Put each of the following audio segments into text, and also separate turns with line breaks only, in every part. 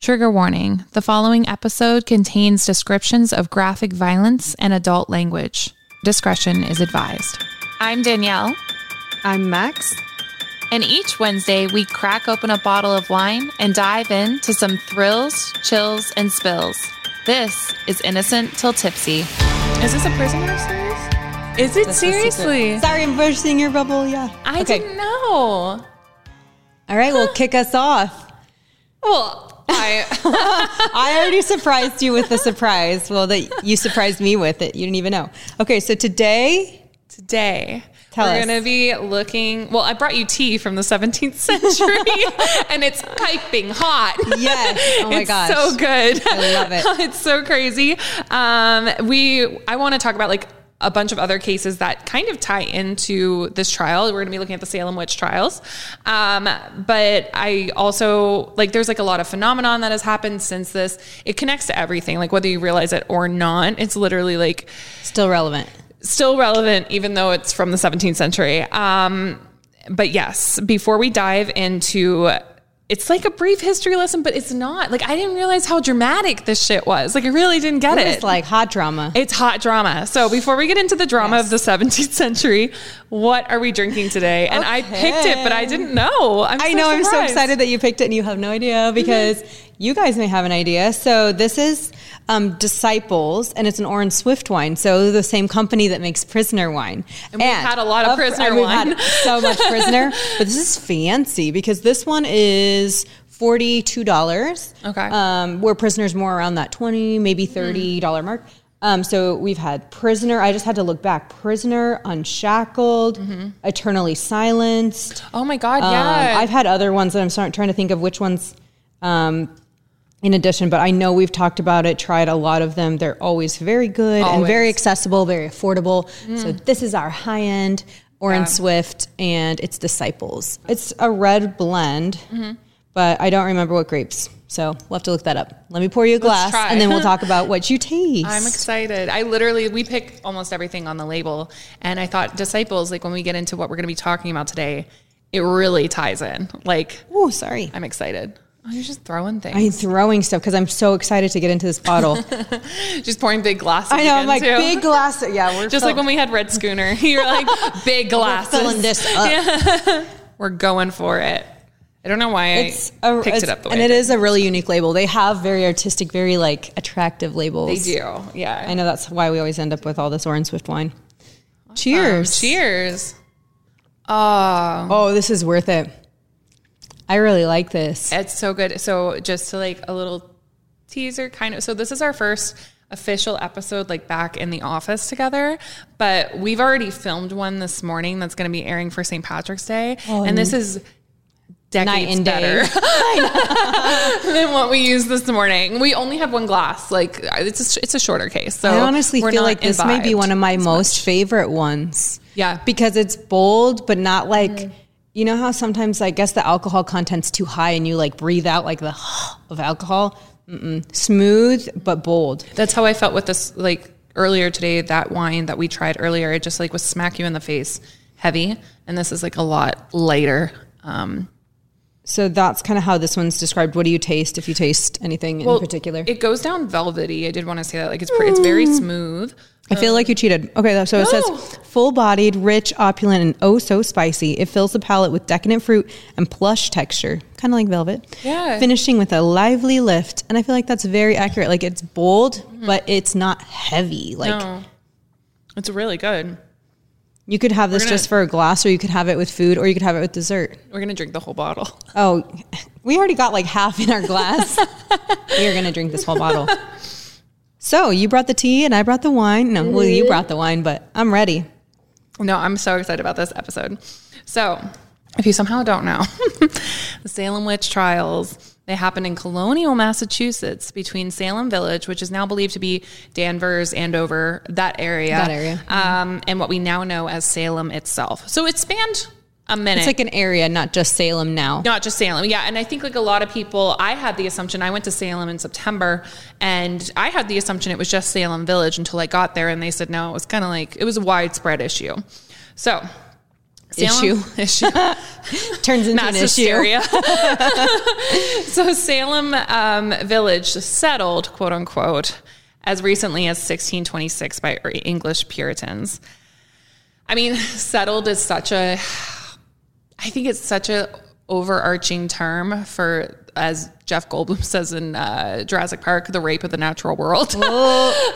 Trigger warning the following episode contains descriptions of graphic violence and adult language. Discretion is advised. I'm Danielle,
I'm Max.
and each Wednesday we crack open a bottle of wine and dive into some thrills, chills, and spills. This is Innocent Till Tipsy. Is this a prisoner series? Is it seriously?
Sorry, I'm bursting your bubble. Yeah.
I
Okay.
didn't know.
All right, well, kick us off.
Well, I
I already surprised you with the surprise. Well, that you surprised me with it. You didn't even know. Okay, so today,
today
Tell
we're
us.
going to be looking. Well, I brought you tea from the 17th century, and it's piping hot.
yes. Oh my
it's
gosh.
so good.
I love it.
it's so crazy. Um, we I want to talk about like a bunch of other cases that kind of tie into this trial. We're going to be looking at the Salem witch trials. Um, but I also like there's like a lot of phenomenon that has happened since this. It connects to everything, like whether you realize it or not. It's literally like
Still relevant.
still relevant even though it's from the 17th century um, but yes before we dive into it's like a brief history lesson but it's not like i didn't realize how dramatic this shit was like i really didn't get it
It's like hot drama.
it's hot drama so before we get into the drama of the 17th century what are we drinking today and i picked it but i didn't know I'm
I know. I'm so
surprised. Mm-hmm.
excited that you picked it, and you have no idea because you guys may have an idea. So this is um, Disciples, and it's an orange Swift wine. So they're the same company that makes Prisoner wine. And
we've had a lot of Prisoner
and we've had
wine.
so much Prisoner, but this is fancy because this one is. Forty-two dollars.
Okay. Mm-hmm.
Um, where prisoners more around that twenty, maybe thirty dollar mark. Um, so we've had prisoner. I just had to look back. Prisoner, unshackled,
Mm-hmm.
eternally silenced.
oh my god
Um,
yeah
I've had other ones that I'm start, trying to think of which ones um, in addition, but I know we've talked about it, tried a lot of them. They're always very good and very
Always. Mm.
accessible, very affordable. So this is our high end Orange Swift and it's Disciples. It's a red blend,
Mm-hmm.
but I don't remember what grapes. So we'll have to look that up. Let me pour you a glass
try.
and then we'll talk about what you taste.
I'm excited. I literally we pick almost everything on the label, and I thought disciples. Like when we get into what we're going to be talking about today, it really ties in. Like
oh, sorry.
I'm excited. Oh, you're just throwing things.
I'm throwing stuff because I'm so excited to get into this bottle.
Just pouring big glasses.
I know. I'm
again,
like
too.
big glass. Yeah, we're
Just like when we had Red Schooner, you're like big glasses.
filling this up.
We're going for it. I don't know why
It's
I
a,
picked
it's-
it up the way
and
I
it
did.
is a really unique label. They have very artistic, very like attractive labels.
They do, yeah.
I know that's why we always end up with all this orange Swift wine.
Um,
Cheers!
cheers. Oh,
Oh, this is worth it. I really like this.
It's so good. So just to like a little teaser kind of so this is our first official episode like back in the office together but we've already filmed one this morning that's going to be airing for St. Patrick's Day and this is decades
Oh, Night and day.
better than what we used this morning. We only had one glass. Like it's a, sh- it's a shorter case. So
I honestly
Oh, we're
feel
not
like this may be
imbibed.
one of my most favorite ones.
Yeah.
because it's bold, but not like. You know how sometimes I guess the alcohol content's too high and you like breathe out like the of alcohol? Mm-mm. Smooth but bold.
That's how I felt with this like earlier today that wine that we tried earlier it just like was smack you in the face heavy and this is like a lot lighter. Um
So that's kind of how this one's described. What do you taste if you taste anything in particular?
It goes down velvety. I did want to say that. Like it's pretty, it's very smooth.
I feel like you cheated. Okay, so it
No.
says full bodied, rich, opulent, and oh so spicy. It fills the palate with decadent fruit and plush texture, kind of like velvet.
Yeah.
Finishing with a lively lift. And I feel like that's very accurate. Like it's bold, but it's not heavy. Like
Mm-hmm. No. Oh. It's really good.
you could have this
gonna-
just for a glass, or you could have it with food, or you could have it with dessert.
We're gonna drink the whole bottle.
Oh, we already got like half in our glass. we are going to drink this whole bottle. So you brought the tea and I brought the wine. No, well, you brought the wine, but I'm ready.
No, I'm so excited about this episode. So, if you somehow don't know, the Salem witch trials. They happened in colonial Massachusetts between Salem Village, which is now believed to be Danvers, Andover, that area.
That area.
Um, and what we now know as Salem itself. So it spanned a minute
It's like an area, not just Salem now.
not just Salem. Yeah. And I think like a lot of people, I had the assumption I went to Salem in September and I had the assumption it was just Salem Village until I got there and they said no, it was kind of like it was a widespread issue. So Salem, issue.
Turns into an
Mass
issue.
hysteria. so Salem um, Village settled, quote unquote, as recently as 1626 by E-, English Puritans. I mean, settled is such a, I think it's such a overarching term for, as Jeff Goldblum says in uh, Jurassic Park, the rape of the natural world. like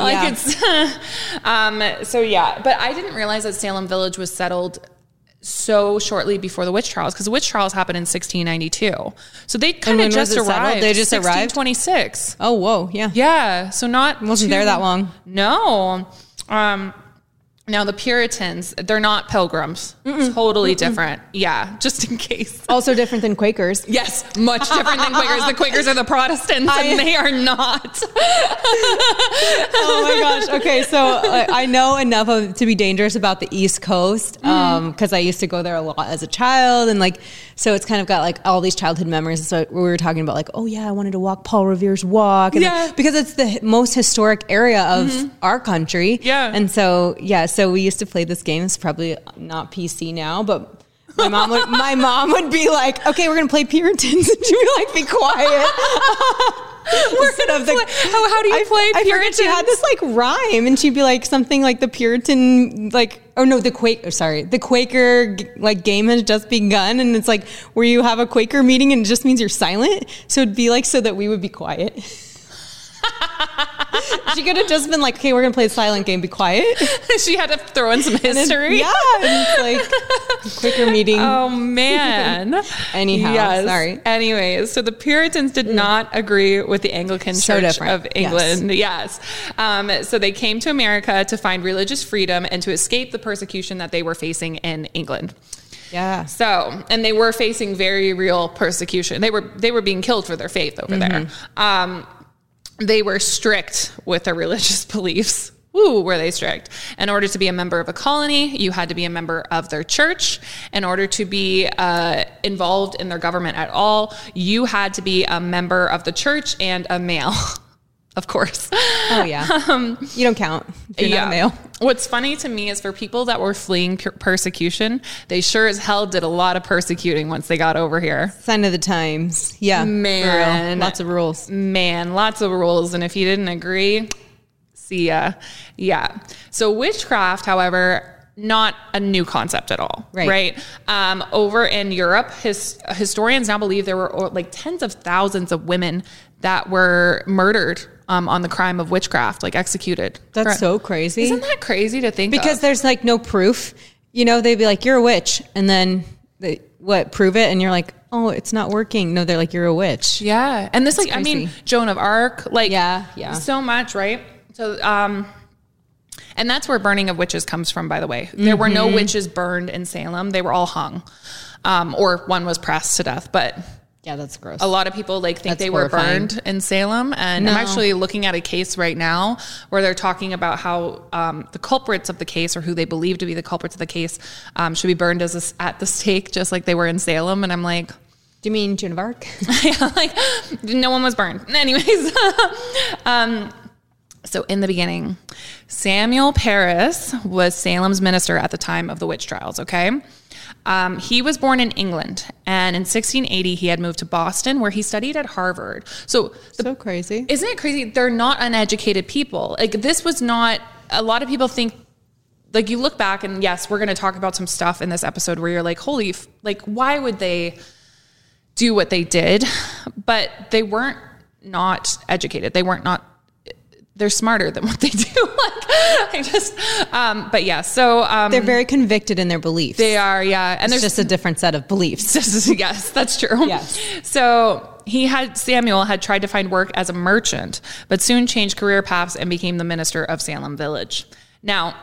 yeah.
it's, um, so yeah. But I didn't realize that Salem Village was settled so shortly before the witch trials because the witch trials happened in 1692. So they kind
when
of
was
just
it settled?
arrived.
They just arrived?
1626.
Oh, whoa. Yeah.
Yeah, so not
Wasn't there that long.
No. Um, now the Puritans, they're not pilgrims. Totally different. Yeah, just in case.
Also different than Quakers.
Yes, much different than Quakers. The Quakers are the Protestants, and they are not.
oh my gosh. Okay, so like, I know enough of, to be dangerous about the East Coast
Mm.
because I used to go there a lot as a child, and like so it's kind of got like all these childhood memories. So we were talking about like, oh yeah, I wanted to walk Paul Revere's walk, and
Yeah. Mm-hmm.
like, because it's the h- most historic area of our country.
Yeah.
and so yeah, so we used to play this game. It's probably not PC now, but. My mom, would, my mom would be like, "Okay, we're gonna play Puritans," and she'd be like, "Be quiet." Instead of the,
How- how do you play
I forget she had this like rhyme, and she'd be like something like the Puritan, like or no, the Quaker. Sorry, the Quaker g- like game has just begun, and it's like where you have a Quaker meeting, and it just means you're silent. So it'd be like so that we would be quiet. she could have just been like, "Okay, we're gonna play a silent game. Be quiet."
she had to throw in some
And then-
history.
yeah, and it's like Quaker meeting.
Oh man.
Anyhow, sorry. Mm.
Anyways, so the Puritans did not agree with the Anglican
So
Church
different.
of England. Yes. Um, so they came to America to find religious freedom and to escape the persecution that they were facing in England.
Yeah,
So, and they were facing very real persecution. They were they were being killed for their faith over there. Um, they were strict with their religious beliefs. Ooh, were they strict? In order to be a member of a colony, you had to be a member of their church. In order to be uh, involved in their government at all, you had to be a member of the church and a male, of course.
oh yeah.
Um,
you don't count. If you're not a male.
What's funny to me is for people that were fleeing per- persecution, they sure as hell did a lot of persecuting once they got over here.
Sign of the times. Yeah, for real.
Man.
lots of rules.
Man, lots of rules. And if you didn't agree, see ya. Yeah. So, witchcraft, however, not a new concept at all,
Right.
Um, over in Europe, his, historians now believe there were oh, like tens of thousands of women that were murdered um, on the crime of witchcraft, like executed.
That's
Right.
so crazy.
Isn't that crazy to think?
because
of?
there's like no proof. You know, they'd be like, "You're a witch," and then they, what? Prove it, and you're like, "Oh, it's not working." No, they're like, "You're a witch."
Yeah. And this, like, I
crazy.
mean, Joan of Arc, like,
Yeah, yeah.
so much, right? So, um, and that's where burning of witches comes from, by the way. There were
Mm-hmm.
no witches burned in Salem, they were all hung, um, or one was pressed to death. But
Yeah, that's gross.
a lot of people like think
That's
they were
horrifying.
burned in Salem, and I'm actually looking at a case right now where they're talking about how um, the culprits of the case, or who they believe to be the culprits of the case, um, should be burned as a s at the stake, just like they were in Salem. And I'm like,
Do you mean Joan of Arc?
yeah, like no one was burned. Anyways, um, so in the beginning, Samuel Paris was Salem's minister at the time of the witch trials. Okay, um, he was born in England, and in 1680 he had moved to Boston, where he studied at Harvard. So the
so crazy.
isn't it crazy? They're not uneducated people. Like this was not. A lot of people think, like you look back and yes, we're going to talk about some stuff in this episode where you're like, holy, f- like why would they do what they did? But they weren't not educated. They weren't not. They're smarter than what they do. like I just, um, but yeah. So um,
They're very convicted in their beliefs.
they are, yeah. And
It's
there's
just a different set of beliefs.
yes, that's true.
Yes.
So he had Samuel had tried to find work as a merchant, but soon changed career paths and became the minister of Salem Village. Now,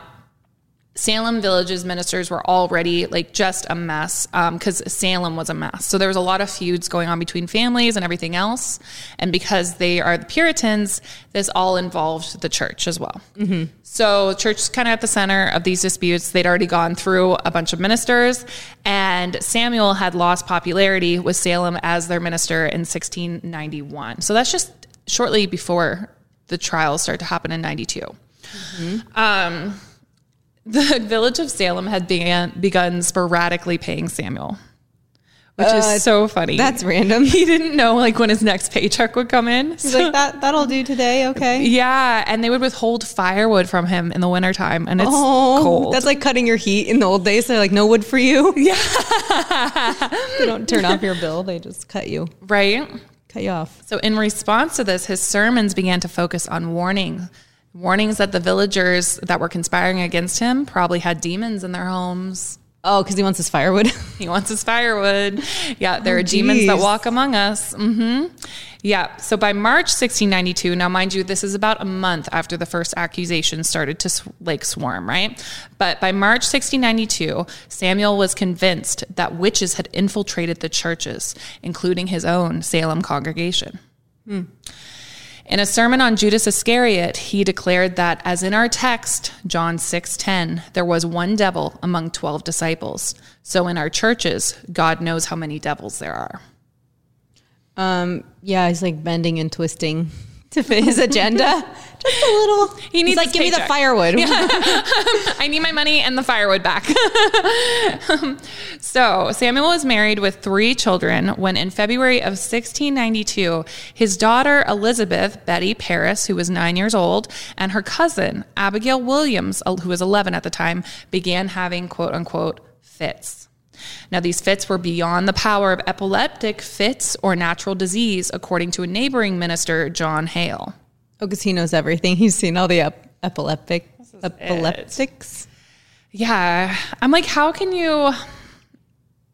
Salem Village's ministers were already like just a mess because Salem was a mess. So there was a lot of feuds going on between families and everything else. And because they are the Puritans, this all involved the church as well. So church kind of at the center of these disputes. They'd already gone through a bunch of ministers, and Samuel had lost popularity with Salem as their minister in 1691. So that's just shortly before the trials start to happen in 92 the village of Salem had began, begun sporadically paying Samuel, which
Uh,
is so funny.
That's random.
he didn't know like when his next paycheck would come in.
He's
So-
like, that, that'll do today. Okay.
yeah, and they would withhold firewood from him in the wintertime, and it's cold.
Oh, That's like cutting your heat in the old days. They're like, no wood for you. Yeah. they don't turn off your bill. They just cut you,
right.
cut you off.
So in response to this, his sermons began to focus on warning. Warnings that the villagers that were conspiring against him probably had demons in their homes.
Oh, because he wants his firewood.
He wants his firewood. Yeah, there are demons that
geez.
walk among us. hmm Yeah. So by March 1692, now mind you, this is about a month after the first accusation started to s- like swarm, right? But by March 1692, Samuel was convinced that witches had infiltrated the churches, including his own Salem congregation. In a sermon on Judas Iscariot, he declared that as in our text, John 6:10, there was one devil among 12 disciples. So in our churches, God knows how many devils there are.
Um, yeah, he's like bending and twisting to fit his agenda. Just a little.
He needs
he's like,
his
give me the
paycheck."
firewood.
I need my money and the firewood back. Um, so, Samuel was married with three children when, in February of 1692, his daughter Elizabeth Betty Paris, who was nine years old, and her cousin Abigail Williams, who was 11 at the time, began having quote unquote fits. Now, these fits were beyond the power of epileptic fits or natural disease, according to a neighboring minister, John Hale.
Oh, because he knows everything. He's seen all the ep- epileptic epileptics.
Yeah. I'm like, how can you.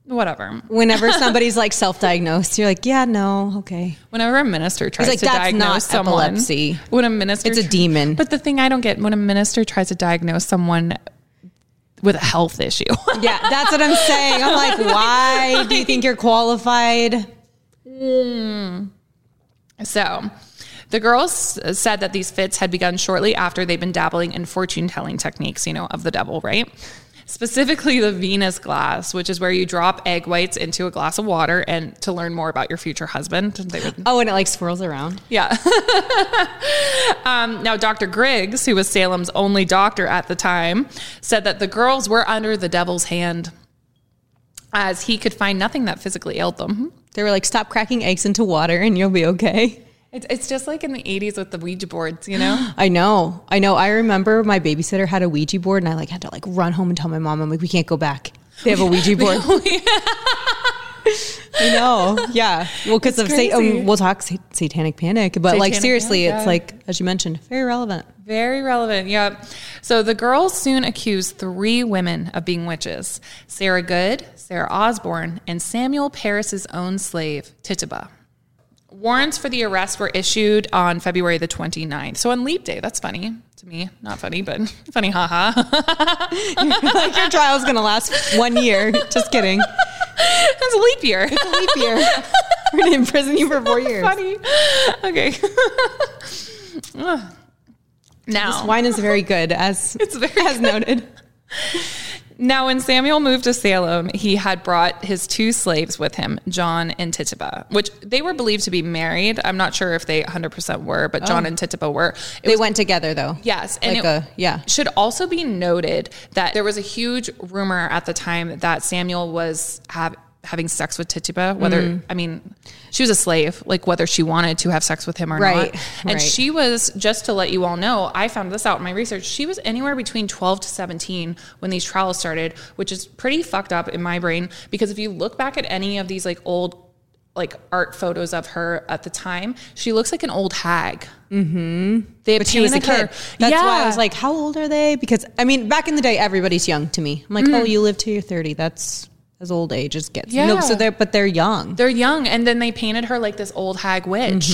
Whatever.
Whenever somebody's like self-diagnosed, you're like, yeah, no, okay.
Whenever a minister tries
like,
to
"That's
diagnose
not
someone,
epilepsy.
when a minister
It's a demon.
But the thing I don't get when a minister tries to diagnose someone with a health issue,
Yeah, that's what I'm saying. I'm like, why do you think you're qualified?
so. The girls s- said that these fits had begun shortly after they'd been dabbling in fortune telling techniques, you know, of the devil, right? Specifically, the Venus glass, which is where you drop egg whites into a glass of water and to learn more about your future husband. They would
Oh, and it like swirls around.
Yeah. um, now, Dr. Griggs, who was Salem's only doctor at the time, said that the girls were under the devil's hand as he could find nothing that physically ailed them.
They were like, stop cracking eggs into water and you'll be okay.
It's, it's just like in the 80s with the Ouija boards, you know?
I know. I know. I remember my babysitter had a Ouija board and I like had to like run home and tell my mom, I'm like, we can't go back. They have a Ouija board. I know. Yeah. Well, because of sa-
crazy.
um, we'll talk sa- satanic panic, but like
Satanic
seriously,
panic,
it's
yeah.
like, as you mentioned, very relevant.
Very relevant. Yep. So the girls soon accused three women of being witches Sarah Good, Sarah Osborne, and Samuel Paris's own slave, Tituba. Warrants for the arrest were issued on February the 29th. So on leap day, that's funny to me. Not funny, but funny, haha.
like your trial's going to last one year. Just kidding.
it's a leap year.
Leap year. We're going to imprison you for four years.
funny. Okay. Ugh. now,
This wine is very good, as
It's very
as noted.
Now, when Samuel moved to Salem, he had brought his two slaves with him, John and Tituba, which they were believed to be married. I'm not sure if they 100% were, but John and Tituba were. It
Oh. They
was,
went together though.
yes. And
like
it
a yeah.
should also be noted that there was a huge rumor at the time that Samuel was have, having sex with Tituba, whether,
Mm.
I mean, she was a slave, like whether she wanted to have sex with him or
Right,
not. And
right.
she was, just to let you all know, I found this out in my research. She was anywhere between 12 to 17 when these trials started, which is pretty fucked up in my brain because if you look back at any of these like old, like art photos of her at the time, she looks like an old hag. Mm-hmm. They
But she was a
painted her-
kid. That's why I
Yeah.
was like, how old are they? Because I mean, back in the day, everybody's young to me. I'm like,
Mm.
oh, you live till you're 30. That's as old age as gets.
Yeah.
so they're but they're young. Mm-hmm.
They're young, and then they painted her like this old hag witch.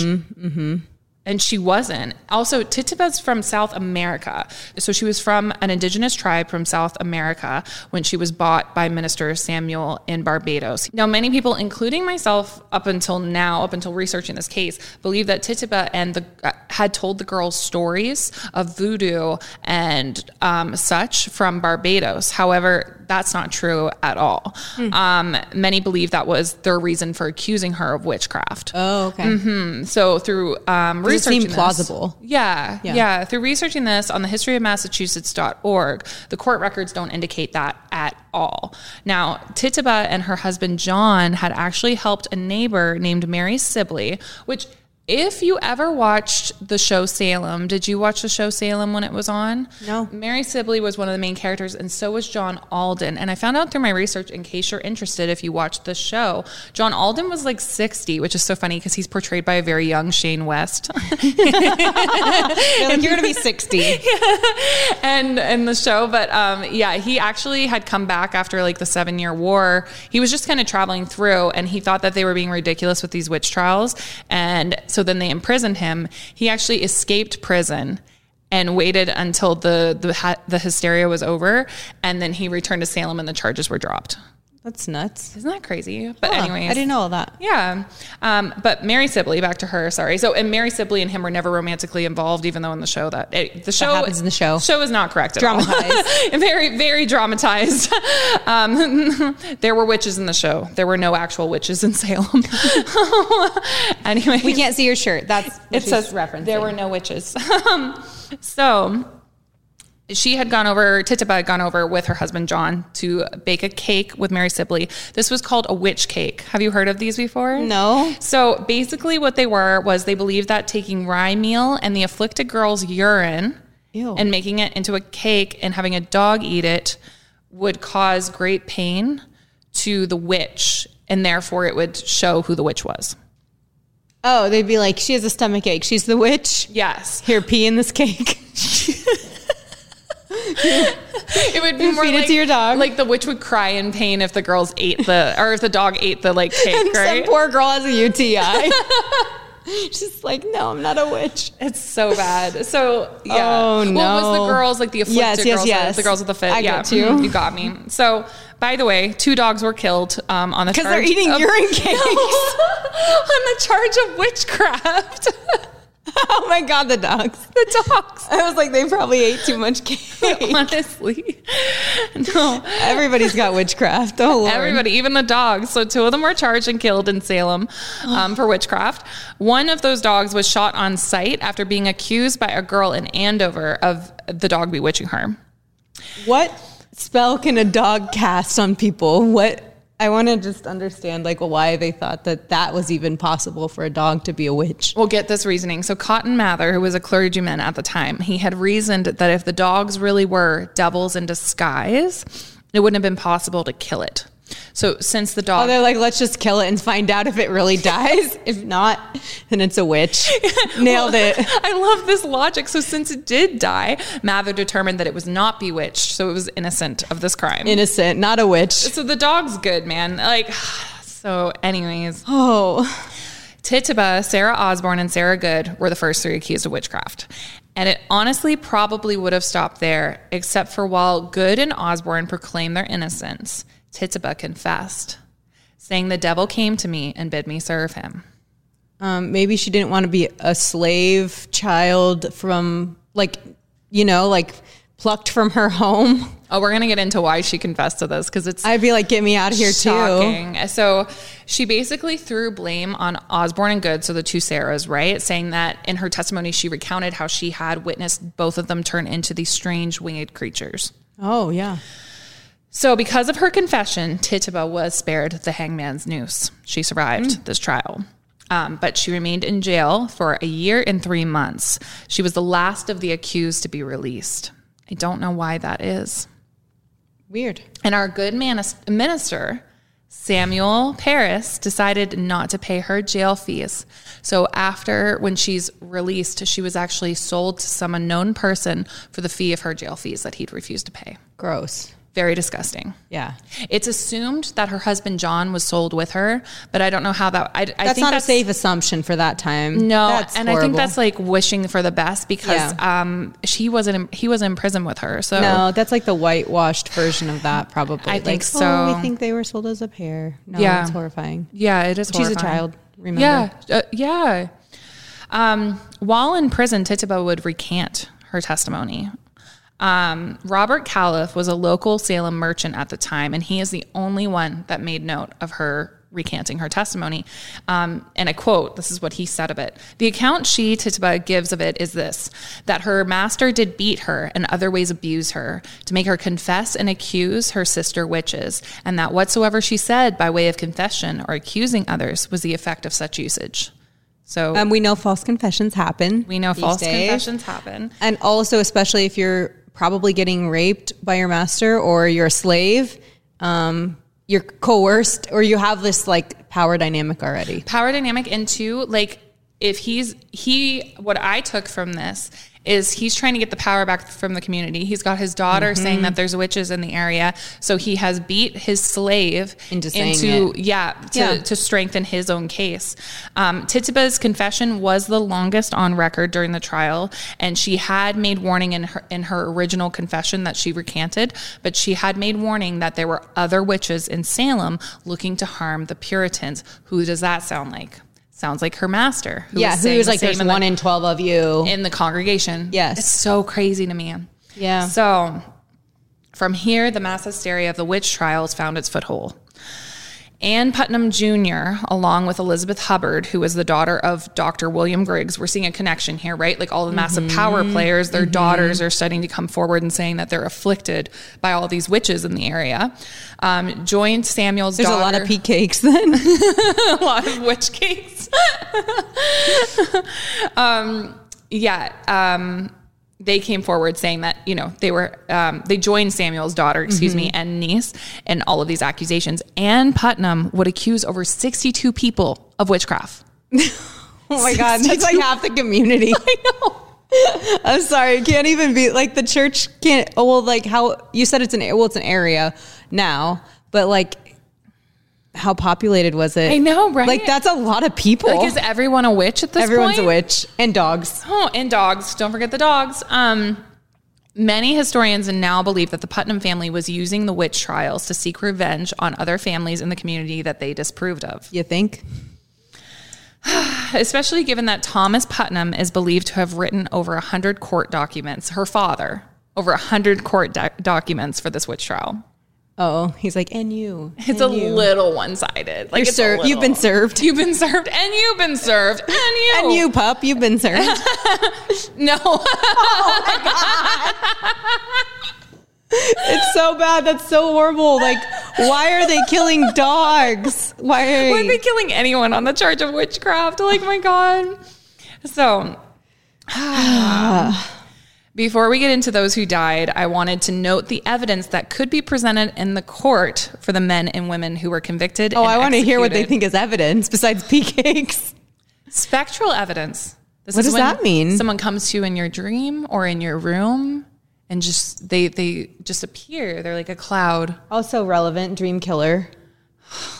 And she wasn't. Also, Titiba's from South America. So she was from an indigenous tribe from South America when she was bought by Minister Samuel in Barbados. Now, many people, including myself up until now, up until researching this case, believe that Titiba and the, uh, had told the girls stories of voodoo and um, such from Barbados. However, that's not true at all.
Hmm.
Um, many believe that was their reason for accusing her of witchcraft.
Oh, okay.
So through um,
Does it
researching
seem
this-
plausible?
yeah, yeah,
Yeah.
Through researching this on the historyofmassachusetts.org, the court records don't indicate that at all. Now, Tituba and her husband John had actually helped a neighbor named Mary Sibley, which if you ever watched the show Salem, did you watch the show Salem when it was on?
No.
Mary Sibley was one of the main characters, and so was John Alden. And I found out through my research, in case you're interested, if you watch the show, John Alden was like 60, which is so funny because he's portrayed by a very young Shane West.
They're like, you're gonna be sixty.
and in the show but um, yeah he actually had come back after like the seven year war he was just kind of traveling through and he thought that they were being ridiculous with these witch trials and so then they imprisoned him he actually escaped prison and waited until the the, ha- the hysteria was over and then he returned to salem and the charges were dropped
That's nuts.
isn't that crazy but
Huh,
anyways
I didn't know all that.
yeah. Um, but Mary Sibley, back to her, sorry. So, and Mary Sibley and him were never romantically involved, even though in the show that eh, the show
happens in the show.
Show is not correct at
Dramatized.
all. very, very dramatized. Um, there were witches in the show. There were no actual witches in Salem. anyway,
We can't see your shirt. That's
it says
reference.
There were no witches. Um, so she had gone over, Tituba had gone over with her husband John to bake a cake with Mary Sibley. This was called a witch cake. Have you heard of these before?
No.
So basically, what they were was they believed that taking rye meal and the afflicted girl's urine
Ew.
and making it into a cake and having a dog eat it would cause great pain to the witch, and therefore it would show who the witch was.
Oh, they'd be like, she has a stomach ache. She's the witch.
Yes.
Here, pee in this cake.
It would be
And
more
feed it
like,
to your dog.
Like the witch would cry in pain if the girls ate the or if the dog ate the like cake,
Some
right?
poor girl has a UTI. She's like, no, I'm not a witch.
it's so bad. So yeah.
Oh,
Well, it was
no.
the girls like the afflicted
Yes, yes,
girls,
yes.
the girls with the fit.
I
yeah,
got you.
mhm, You got me. So by the way, two dogs were killed um, on the
Because they're
charge
eating
of-
urine cakes.
on the charge of witchcraft.
oh my God, the dogs.
the dogs.
I was like, they probably ate too much cake.
Honestly, no.
Everybody's got witchcraft. Oh, Lord.
Everybody, even the dogs. So two of them were charged and killed in Salem um, for witchcraft. One of those dogs was shot on sight after being accused by a girl in Andover of the dog bewitching her.
What spell can a dog cast on people? What? I want to just understand, like, why they thought that that was even possible for a dog to be a witch.
We'll get this reasoning. So Cotton Mather, who was a clergyman at the time, he had reasoned that if the dogs really were devils in disguise, it wouldn't have been possible to kill it. So since the
Oh,
dog,
they're like, let's just kill it and find out if it really dies. if not, then it's a witch. Nailed it.
I love this logic. So since it did die, Mather determined that it was not bewitched, so it was innocent of this crime.
Innocent, not a witch.
So the dog's good, man. Like, so, anyways,
Oh,
Tituba, Sarah Osborne, and Sarah Good were the first three accused of witchcraft. And it honestly probably would have stopped there, except for while Good and Osborne proclaimed their innocence, Tituba confessed, saying, The devil came to me and bid me serve him.
um, maybe she didn't want to be a slave child from, like, you know, like plucked from her home.
Oh, we're going to get into why she confessed to this because it's
I'd be like, get me out of here, too.
Shocking. So she basically threw blame on Osborne and Good, so the two Sarahs, right? Saying that in her testimony, she recounted how she had witnessed both of them turn into these strange winged creatures.
Oh, yeah.
So, because of her confession, Tituba was spared the hangman's noose. She survived this trial. Um, but she remained in jail for a year and three months. She was the last of the accused to be released. I don't know why that is.
Weird.
And our good manis- minister, Samuel Paris, decided not to pay her jail fees. So, after when she's released, she was actually sold to some unknown person for the fee of her jail fees that he'd refused to pay.
Gross.
Very disgusting.
Yeah.
It's assumed that her husband John was sold with her, but I don't know how that. I, I
That's
think
not
that's
a safe assumption for that time.
No,
That's
and I think
horrible.
that's like wishing for the best because um, she wasn't. In, he was in prison with her, so
No, that's like the whitewashed version of that, probably.
I think
Like,
so.
Oh, we think they were sold as a pair. No,
Yeah.
it's horrifying.
yeah, it is.
She's a
horrifying.
child. Remember?
Yeah, uh, yeah. Um, while in prison, Tituba would recant her testimony. Um, Robert Califf was a local Salem merchant at the time, and he is the only one that made note of her recanting her testimony. Um, and I quote, this is what he said of it. The account she, Tituba, gives of it is this, that her master did beat her and other ways abuse her to make her confess and accuse her sister witches, and that whatsoever she said by way of confession or accusing others was the effect of such usage. So
Um, we know false confessions happen.
we know
these
false
days.
confessions happen.
And also, especially if you're probably getting raped by your master or you're a slave, um, you're coerced or you have this like power dynamic already.
power dynamic and two like if he's he what i took from this is he's trying to get the power back from the community he's got his daughter saying
Mm-hmm.
that there's witches in the area so he has beat his slave
Into saying it.
yeah to,
Yeah.
to strengthen his own case um, tituba's confession was the longest on record during the trial and she had made warning in her in her original confession that she recanted but she had made warning that there were other witches in salem looking to harm the puritans who does that sound like sounds like her master who
yeah, who
saying
was
the
like,
same
there's
in the-
one in 12 of you.
in the congregation.
Yes.
It's so crazy to me.
Yeah.
So from here, the mass hysteria of the witch trials found its foothold. Ann Putnam Jr., along with Elizabeth Hubbard, who was the daughter of Dr. William Griggs, we're seeing a connection here, right? Like all the massive
Mm-hmm.
power players, their daughters are starting to come forward and saying that they're afflicted by all these witches in the area. Um, joined Samuel's
there's
daughter.
a lot of pea cakes then.
a lot of witch cakes. um, yeah, um, they came forward saying that you know they were um, they joined Samuel's daughter, excuse me,
Mm-hmm.
and niece in all of these accusations. Anne Putnam would accuse over sixty-two people of witchcraft.
Oh my God. That's like half the community. I know. I'm sorry. It can't even be like the church can't. Oh, well, like how you said it's an, well, it's an area now, but like how populated was it?
I know, right?
Like that's a lot of people.
Like, is everyone a witch at this
Oh. Everyone's
point?
a witch and dogs.
Oh, and dogs. Don't forget the dogs. Um, many historians now believe that the Putnam family was using the witch trials to seek revenge on other families in the community that they disapproved of.
You think?
especially given that Thomas Putnam is believed to have written over 100 court documents, her father, over 100 court doc- documents for this witch trial.
Oh, he's like, and you.
It's a little one sided. Like
You're
it's a
served. You've been
little-
served.
You've been served, and you've been served, and you,
And you, pup, you've been served.
No,
it's so bad. That's so horrible. Like, why are they killing dogs? Why
why
are
are they
they?
killing anyone on the charge of witchcraft? Like my god. So, Before we get into those who died, I wanted to note the evidence that could be presented in the court for the men and women who were convicted.
Oh,
and
I want to hear what they
executed.
think is evidence besides pea cakes.
Spectral evidence. This
What
is
does
when
that mean?
Someone comes to you in your dream or in your room, and just they they just appear. They're like a cloud.
Also relevant, dream killer.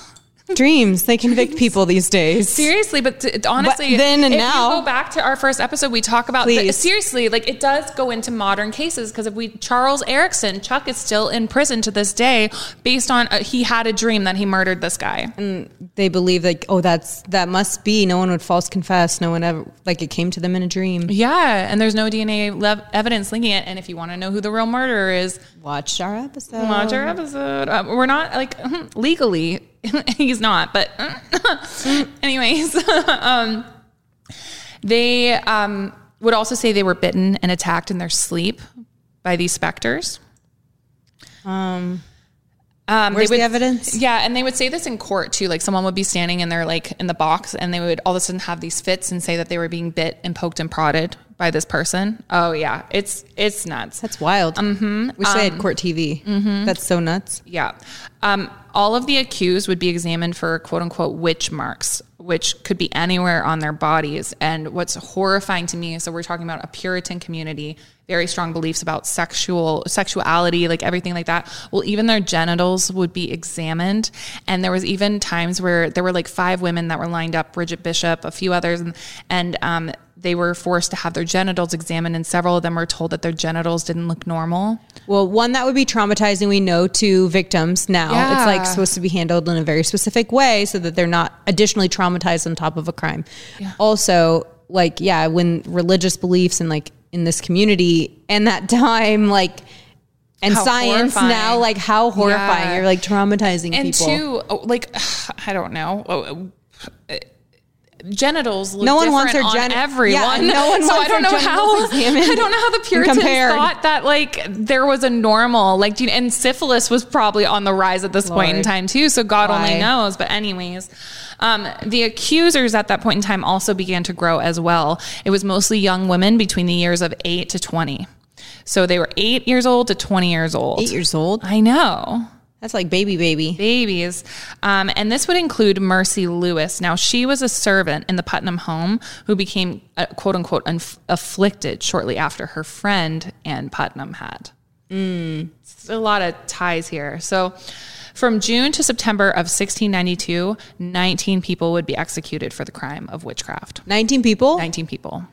Dreams. They convict people these days.
Seriously, but t- it- honestly,
But then and
if
now-
you go back to our first episode, we talk about the,
Please.
seriously, like it does go into modern cases because if we Charles Erickson, Chuck is still in prison to this day based on uh he had a dream that he murdered this guy.
Mm. They believe like, oh, that's that must be. No one would false confess. No one ever like it came to them in a dream.
yeah, and there's no DNA lev- evidence linking it. And if you want to know who the real murderer is,
Watch our episode.
watch our episode. Uh, we're not like legally, he's not, but anyways, um, they um, would also say they were bitten and attacked in their sleep by these specters. Um,
Where's
they would,
the evidence?
Yeah, and they would say this in court too. Like someone would be standing in their like in the box, and they would all of a sudden have these fits and say that they were being bit and poked and prodded by this person. Oh yeah, it's it's nuts.
That's wild. Mm-hmm. Wish they
Um,
had court TV.
mm-hmm.
That's so nuts.
Yeah. Um, all of the accused would be examined for quote unquote witch marks, which could be anywhere on their bodies. And what's horrifying to me is that we're talking about a Puritan community, very strong beliefs about sexual sexuality, like everything like that. Well, even their genitals would be examined. And there was even times where there were like five women that were lined up, Bridget Bishop, a few others, and, and um, they were forced to have their genitals examined, and several of them were told that their genitals didn't look normal.
Well, one that would be traumatizing, we know, to victims now. It's
Yeah.
like supposed to be handled in a very specific way so that they're not additionally traumatized on top of a crime. Also, like, yeah, when religious beliefs and like in this community and that time, like, and
How
science now,
horrifying.
like, how horrifying.
Yeah.
You're like traumatizing
and
people.
two, oh, like I don't know. Oh, uh, Genitals. Look
No one wants
different
their
on
gen-
everyone.
Yeah, no one
so
wants
I don't
their
know how.
genitals examined
I don't know how the
and
Puritans
compared.
thought that like there was a normal like, do you- and syphilis was probably on the rise at this point in
Lord.
time too. So God only
Why?
knows. But anyways, um, the accusers at that point in time also began to grow as well. It was mostly young women between the years of eight to twenty. So they were eight years old to twenty years old.
Eight years old.
I know
That's like baby, baby.
babies. Um, and this would include Mercy Lewis. Now, she was a servant in the Putnam home who became uh, quote unquote unf- afflicted shortly after her friend Ann Putnam had. It's Mm. a lot of ties here. So, from June to September of 1692, 19 people would be executed for the crime of witchcraft.
19 people
19 people.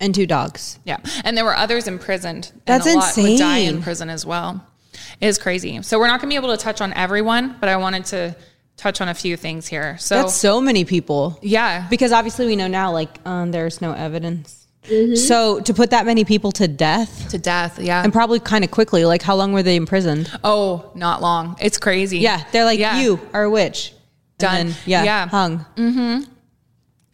and two dogs.
Yeah. And there were others imprisoned. and
That's
a lot would die in
insane.
prison as well. It is crazy. So we're not going to be able to touch on everyone, but I wanted to touch on a few things here. So
That's so many people.
yeah.
Because obviously we know now, like, um, there's no evidence. So to put that many people to death
to death. Yeah.
and probably kind of quickly, like, how long were they imprisoned?
oh, not long. It's crazy.
Yeah, they're like,
Yeah.
you are a witch.
Done.
And yeah,
Yeah.
hung.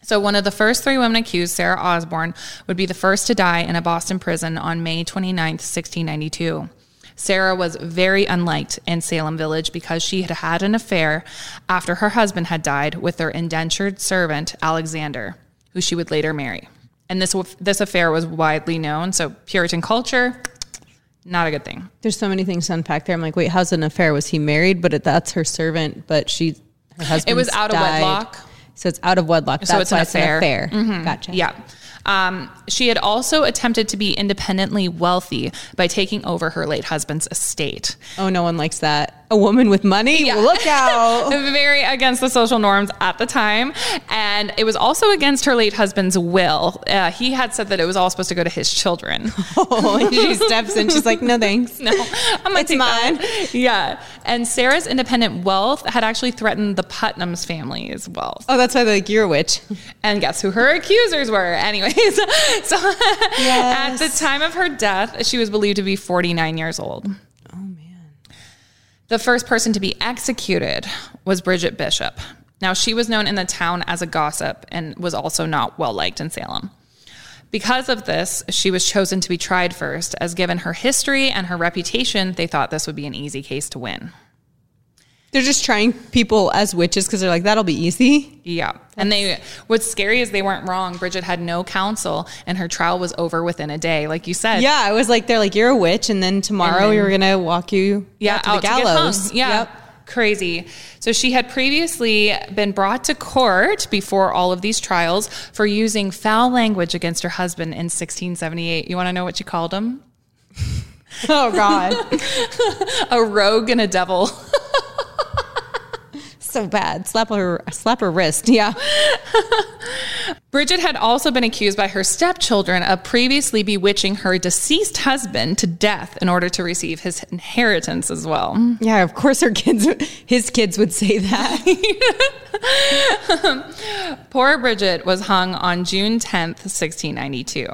So one of the first three women accused, Sarah Osborne, would be the first to die in a Boston prison on May 29th, 1692. Sarah was very unliked in Salem Village because she had had an affair after her husband had died with their indentured servant Alexander, who she would later marry. And this this affair was widely known, so Puritan culture not a good thing.
There's so many things to unpack there. I'm like, wait, how's it an affair? Was he married? But it, that's her servant, but she, her husband.
was out of wedlock.
So it's out of wedlock. That's
So it's an
why
affair. Mm-hmm.
it's an affair. Gotcha.
Yeah. Um, she had also attempted to be independently wealthy by taking over her late husband's estate.
Oh, no one likes that. A woman with money? Look out.
very against the social norms at the time. And it was also against her late husband's will. Uh, he had said that it was all supposed to go to his children.
and Oh, she steps in. She's like, no thanks.
no, I'm gonna
It's
take
mine.
that. Yeah. And Sarah's independent wealth had actually threatened the Putnam's family's wealth.
Oh, that's why they're like, you're a witch.
And guess who her accusers were? Anyways, so at the
Yes.
time of her death, she was believed to be 49 years old.
Oh, man.
The first person to be executed was Bridget Bishop. Now, she was known in the town as a gossip and was also not well liked in Salem. Because of this, she was chosen to be tried first, as given her history and her reputation, they thought this would be an easy case to win.
They're just trying people as witches because they're like, that'll be easy.
Yeah. and they, what's scary is they weren't wrong. Bridget had no counsel, and her trial was over within a day, like you said.
Yeah, it was like, they're like, you're a witch. And then tomorrow we were going to walk you
yeah,
yeah, to the
out to get
gallows.
hung. yeah. Crazy. So she had previously been brought to court before all of these trials for using foul language against her husband in 1678. You want to know what she called him?
Oh, God.
A rogue and a devil.
so bad. Slap her, slap her wrist. Yeah.
Bridget had also been accused by her stepchildren of previously bewitching her deceased husband to death in order to receive his inheritance as well.
Yeah, of course her kids, his kids would say that.
Poor Bridget was hung on June 10th, 1692.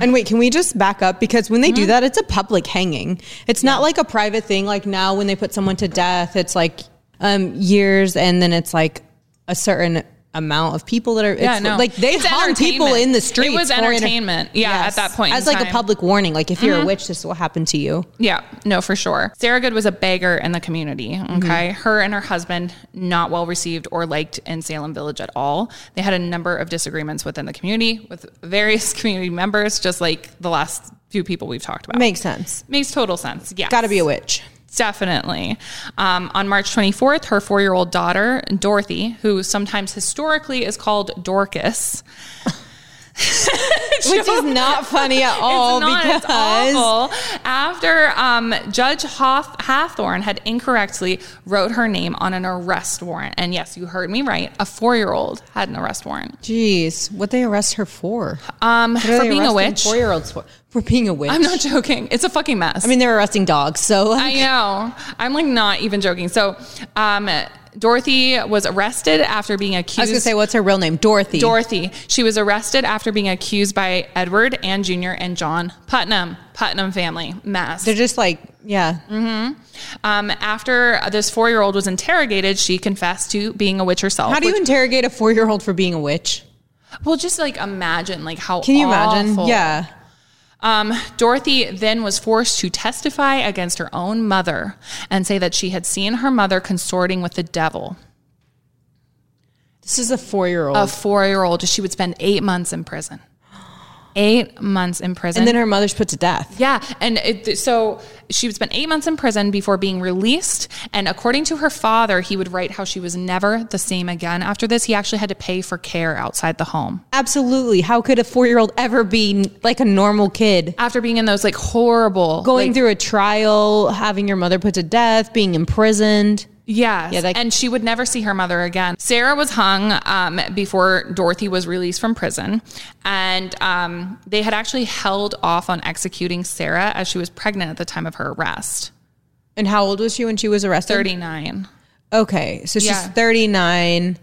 and wait, can we just back up? Because when they
Mm-hmm.
do that, it's a public hanging. It's not like a private thing. Like now when they put someone to death, it's like um, years and then it's like a certain amount of people that are
Yeah,
it's
no.
like they
It's
hung people
entertainment.
in
It
the streets
was
for enter-
entertainment. Yeah, at that point in
as like
time. Mm-hmm.
a public warning like if you're a witch this will happen to you
Yeah, no, for sure. Sarah Good was a beggar in the community. Okay.
Mm-hmm.
Her and her husband, not well received or liked in Salem Village at all. They had a number of disagreements within the community with various community members, just like the last few people we've talked about.
makes sense
Makes total sense. Yeah.
gotta be a witch
Definitely. Um, on March 24th, her four year old daughter, Dorothy, who sometimes historically is called Dorcas,
Which is not funny at all
it's not,
because
it's awful. After um, Judge Hoff- Hathorne had incorrectly wrote her name on an arrest warrant, and yes, you heard me right, a four-year-old had an arrest warrant
Jeez, what they arrest her for?
um, for being a witch.
Four year olds for, for being a witch.
I'm not joking. It's a fucking mess.
I mean, they're arresting dogs, so
I know. I'm like not even joking. So, um, Dorothy was arrested after being accused.
I was gonna say, what's her real name? Dorothy.
Dorothy. She was arrested after being accused by Edward and Jr. and John Putnam, Putnam family, mass.
They're just like, yeah.
Mm-hmm. Um, after this four year old was interrogated, she confessed to being a witch herself.
How do you
which-
interrogate a four year old for being a witch?
well, just like imagine, like how
Can you imagine?
awful.
Yeah.
Um, Dorothy then was forced to testify against her own mother and say that she had seen her mother consorting with the devil.
This is a four year
A
old.
four year old, she would spend eight months in prison. Eight months in prison.
And then her mother's put to death.
Yeah, and it, so she would spend eight months in prison before being released. And according to her father, he would write how she was never the same again after this. He actually had to pay for care outside the home
Absolutely. How could a four year old ever be like a normal kid?
after being in those like horrible
Going
like,
through a trial, having your mother put to death, being imprisoned.
Yes.
Yeah, that-
and she would never see her mother again. Sarah was hung um, before Dorothy was released from prison. And um, they had actually held off on executing Sarah as she was pregnant at the time of her arrest
And how old was she when she was arrested?
39.
Okay, so she's
Yeah. Mm-hmm.
39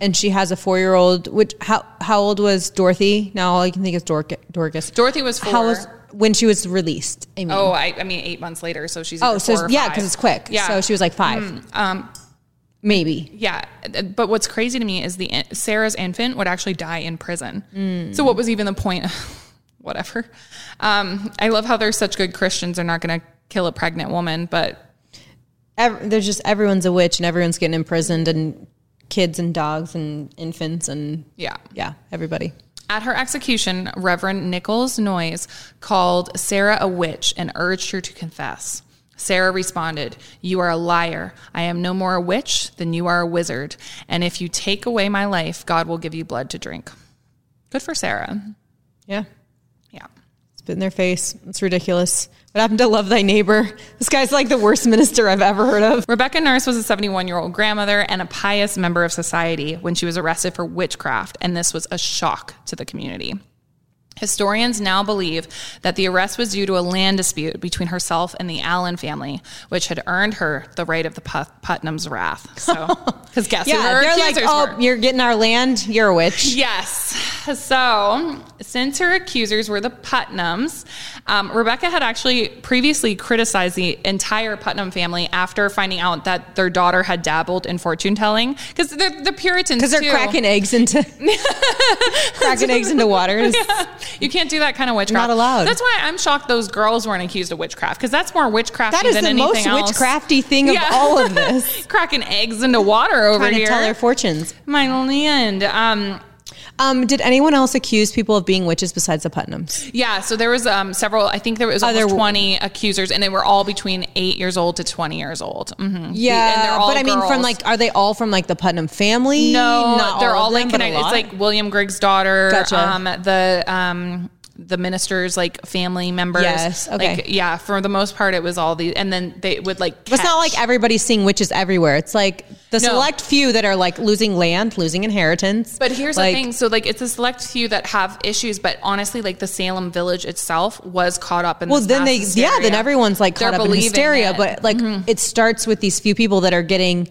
and she has a 4-year-old which how how old was Dorothy? Now all I can think is Dor- Dorcas.
Dorothy was four.
How was when she was released? I mean.
Oh, I, I mean, eight months later. So she's
Oh,
either
so
four or
yeah,
five.
cuz it's quick.
Yeah. Mm,
So she was like 5. um maybe.
yeah. But what's crazy to me is the in- Sarah's infant would actually die in prison.
Mm.
So what was even the point? Whatever. Um, I love how they're such good Christians. They're not going to kill a pregnant woman, but
Ev there's just everyone's a witch and everyone's getting imprisoned and kids and dogs and infants and
yeah.
yeah, everybody.
At her execution, Reverend Nichols Noyes called Sarah a witch and urged her to confess. Sarah responded, You are a liar. I am no more a witch than you are a wizard. And if you take away my life, God will give you blood to drink. Good for Sarah.
Yeah.
Yeah.
Spit in their face. It's ridiculous. What happened to love thy neighbor? This guy's like the worst minister I've ever heard of.
Rebecca Nurse was a 71 year old grandmother and a pious member of society when she was arrested for witchcraft, and this was a shock to the community. Historians now believe that the arrest was due to a land dispute between herself and the Allen family, which had earned her the right of the Put- Putnam's wrath. So, because guess who
Yeah,
her
they're like,
accusers
oh,
were?
you're getting our land. You're a witch.
Yes. So, since her accusers were the Putnams, um, Rebecca had actually previously criticized the entire Putnam family after finding out that their daughter had dabbled in fortune telling because they're the Puritans
Because they're
too.
cracking eggs into cracking eggs into water. It's-
You can't do that kind of witchcraft.
Not allowed.
That's why I'm shocked those girls weren't accused of witchcraft because that's more witchcraft
That is
than
the
anything
most
else.
witchcrafty thing of
Yeah.
all of this.
Cracking eggs into water over
Trying
here.
to tell their fortunes.
My land. Um,
Um, did anyone else accuse people of being witches besides the Putnams?
Yeah, so there was um, several. I think there was almost
Other-
twenty accusers, and they were all between eight years old to twenty years old. hmm and they're
Yeah,
all
but I mean, from
girls.
like, are they all from like the Putnam family?
no,
Not
they're all,
of
like
them, but a
connected. It's
lot?
like William Griggs' daughter,
Gotcha.
um, the um, the minister's like family members.
Yes, okay.
Like, yeah, for the most part, it was all these, and then they would like.
It's not
catch-
like everybody's seeing witches everywhere. It's like the
No.
select few that are like losing land, losing inheritance.
But here's
Like,
the thing. So like it's a select few that have issues, but honestly, like the Salem village itself was caught up in
Well,
this
Oh, then
mass
they, yeah,
hysteria.
then everyone's like
They're
caught up in
believing
hysteria.
it.
But
Mm-hmm.
like, it starts with these few people that are getting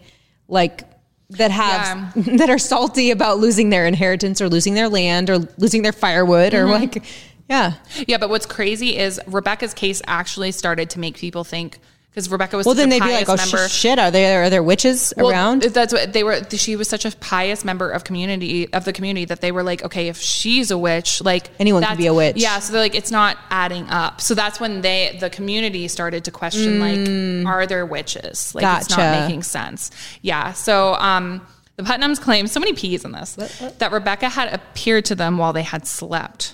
like that have that are salty about losing their inheritance or losing their land or losing their firewood or
Mm-hmm.
like, yeah.
Yeah, but what's crazy is Rebecca's case actually started to make people think because Rebecca was
Well,
such
then
a
they'd be
pious
like, oh
member.
sh- shit, are there are there witches
Well,
around?
That's what they were. She was such a pious member of community of the community that they were like, okay, if she's a witch, like
Anyone can
that's-
be a witch.
Yeah, so they're like, it's not adding up. So that's when they the community started to question like, are there witches? Like it's
Mm. Gotcha.
not making sense. Yeah. So um, the Putnams claim so many P's in this that Rebecca had appeared to them while they had slept.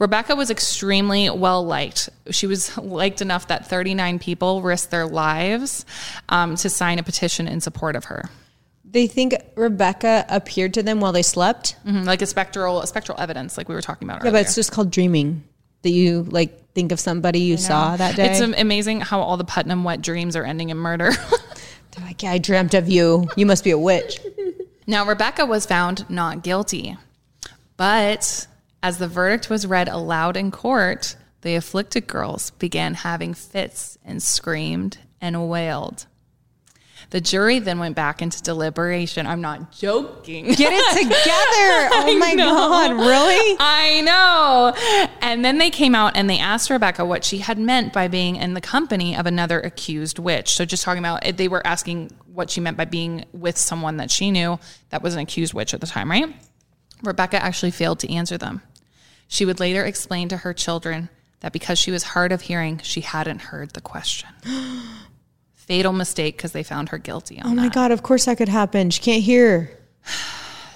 Rebecca was extremely well liked. She was liked enough that 39 people risked their lives um, to sign a petition in support of her.
They think Rebecca appeared to them while they slept.
Mhm, Like a spectral, spectral evidence, like we were talking about
Yeah,
earlier.
but it's just called dreaming that you like think of somebody you saw that day.
It's am- amazing how all the Putnam wet dreams are ending in murder.
They're like, yeah, I dreamt of you. You must be a witch.
Now, Rebecca was found not guilty, but as the verdict was read aloud in court, the afflicted girls began having fits and screamed and wailed. The jury then went back into deliberation. I'm not joking.
Get it together. Oh my God. Really?
I know. And then they came out and they asked Rebecca what she had meant by being in the company of another accused witch. So just talking about it, they were asking what she meant by being with someone that she knew that was an accused witch at the time, right? Rebecca actually failed to answer them. She would later explain to her children that because she was hard of hearing, she hadn't heard the question. Fatal mistake because they found her guilty on
Oh my God. Of course that could happen. She can't hear.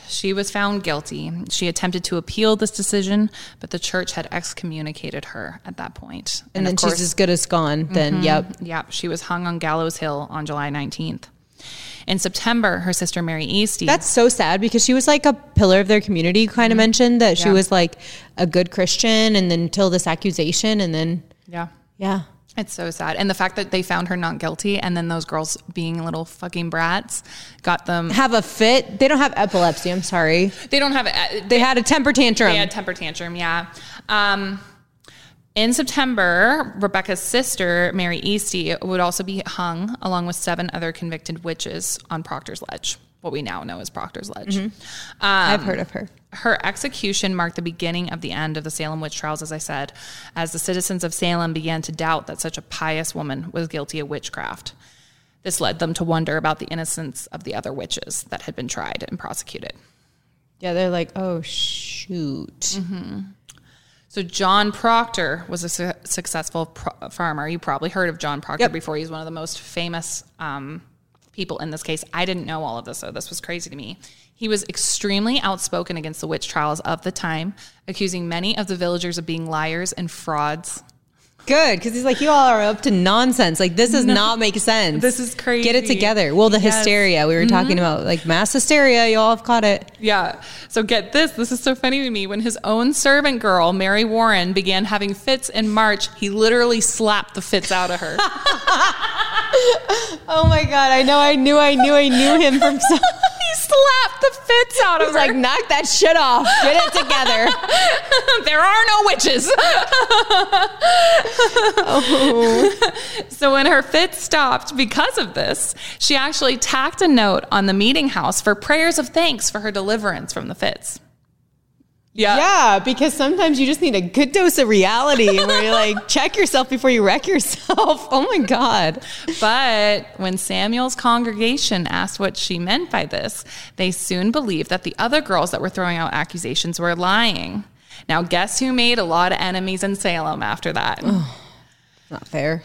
She was found guilty. She attempted to appeal this decision, but the church had excommunicated her at that point.
And,
of
then
course, Mm-hmm.
she's as good as gone. Then, yep.
yeah, she was hung on Gallows Hill on July 19th. In September, her sister Mary Eastie.
That's so sad because she was like a pillar of their community. You kind of mentioned that she
Mm-hmm. Yeah.
was like a good Christian and then till this accusation and then,
yeah.
yeah.
It's so sad. And the fact that they found her not guilty and then those girls being little fucking brats got them
Have a fit. They don't have epilepsy. I'm sorry.
they don't have
They had a temper tantrum.
They had temper tantrum, yeah. Um, in September, Rebecca's sister, Mary Eastie, would also be hung along with seven other convicted witches on Proctor's Ledge, what we now know as Proctor's Ledge. Um,
I've heard of her.
Her execution marked the beginning of the end of the Salem witch trials, as I said, as the citizens of Salem began to doubt that such a pious woman was guilty of witchcraft. This led them to wonder about the innocence of the other witches that had been tried and prosecuted.
Yeah, they're like, oh, shoot.
Mm-hmm. So John Proctor was a su- successful pro- farmer. You probably heard of John Proctor
Yep.
before. He's one of the most famous um, people in this case. I didn't know all of this, so this was crazy to me. He was extremely outspoken against the witch trials of the time, accusing many of the villagers of being liars and frauds.
Good, because he's like, you all are up to nonsense. Like, this does not make sense.
This is crazy.
Get it together. Well, the
Yes. Mm-hmm.
hysteria we were talking about, like mass hysteria, you all have caught it.
Yeah. So get this. This is so funny to me. When his own servant girl, Mary Warren, began having fits in March, he literally slapped the fits out of her.
Oh my God, I know, I knew, I knew, I knew him from so.
he slapped the fits out of
He's
her.
like, knock that shit off. Get it together.
there are no witches. so when her fit stopped because of this, she actually tacked a note on the meeting house for prayers of thanks for her deliverance from the fits. Yeah.
yeah, because sometimes you just need a good dose of reality where you're like, check yourself before you wreck yourself. Oh my God.
But when Samuel's congregation asked what she meant by this, they soon believed that the other girls that were throwing out accusations were lying. Now, guess who made a lot of enemies in Salem after that?
Not fair.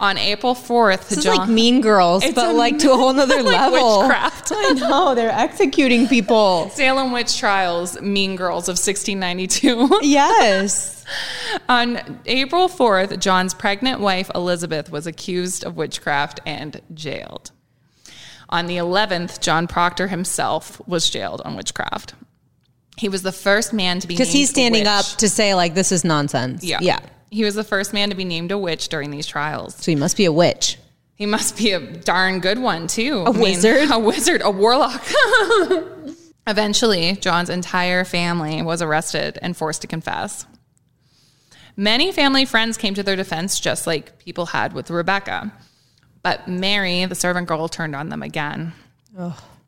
On April 4th,
This
John.
is like mean girls,
It's
but
a-
like to a whole nother
like
level.
witchcraft.
I know, they're executing people.
Salem Witch Trials, Mean Girls of 1692.
Yes.
On April 4th, John's pregnant wife, Elizabeth, was accused of witchcraft and jailed. On the 11th, John Proctor himself was jailed on witchcraft. He was the first man to be
because he's
named
standing
witch.
up to say like this is nonsense.
Yeah.
yeah.
He was the first man to be named a witch during these trials.
So he must be a witch.
He must be a darn good one, too. A
wizard?
A wizard, a warlock. Eventually, John's entire family was arrested and forced to confess. Many family friends came to their defense, just like people had with Rebecca. But Mary, the servant girl, turned on them again.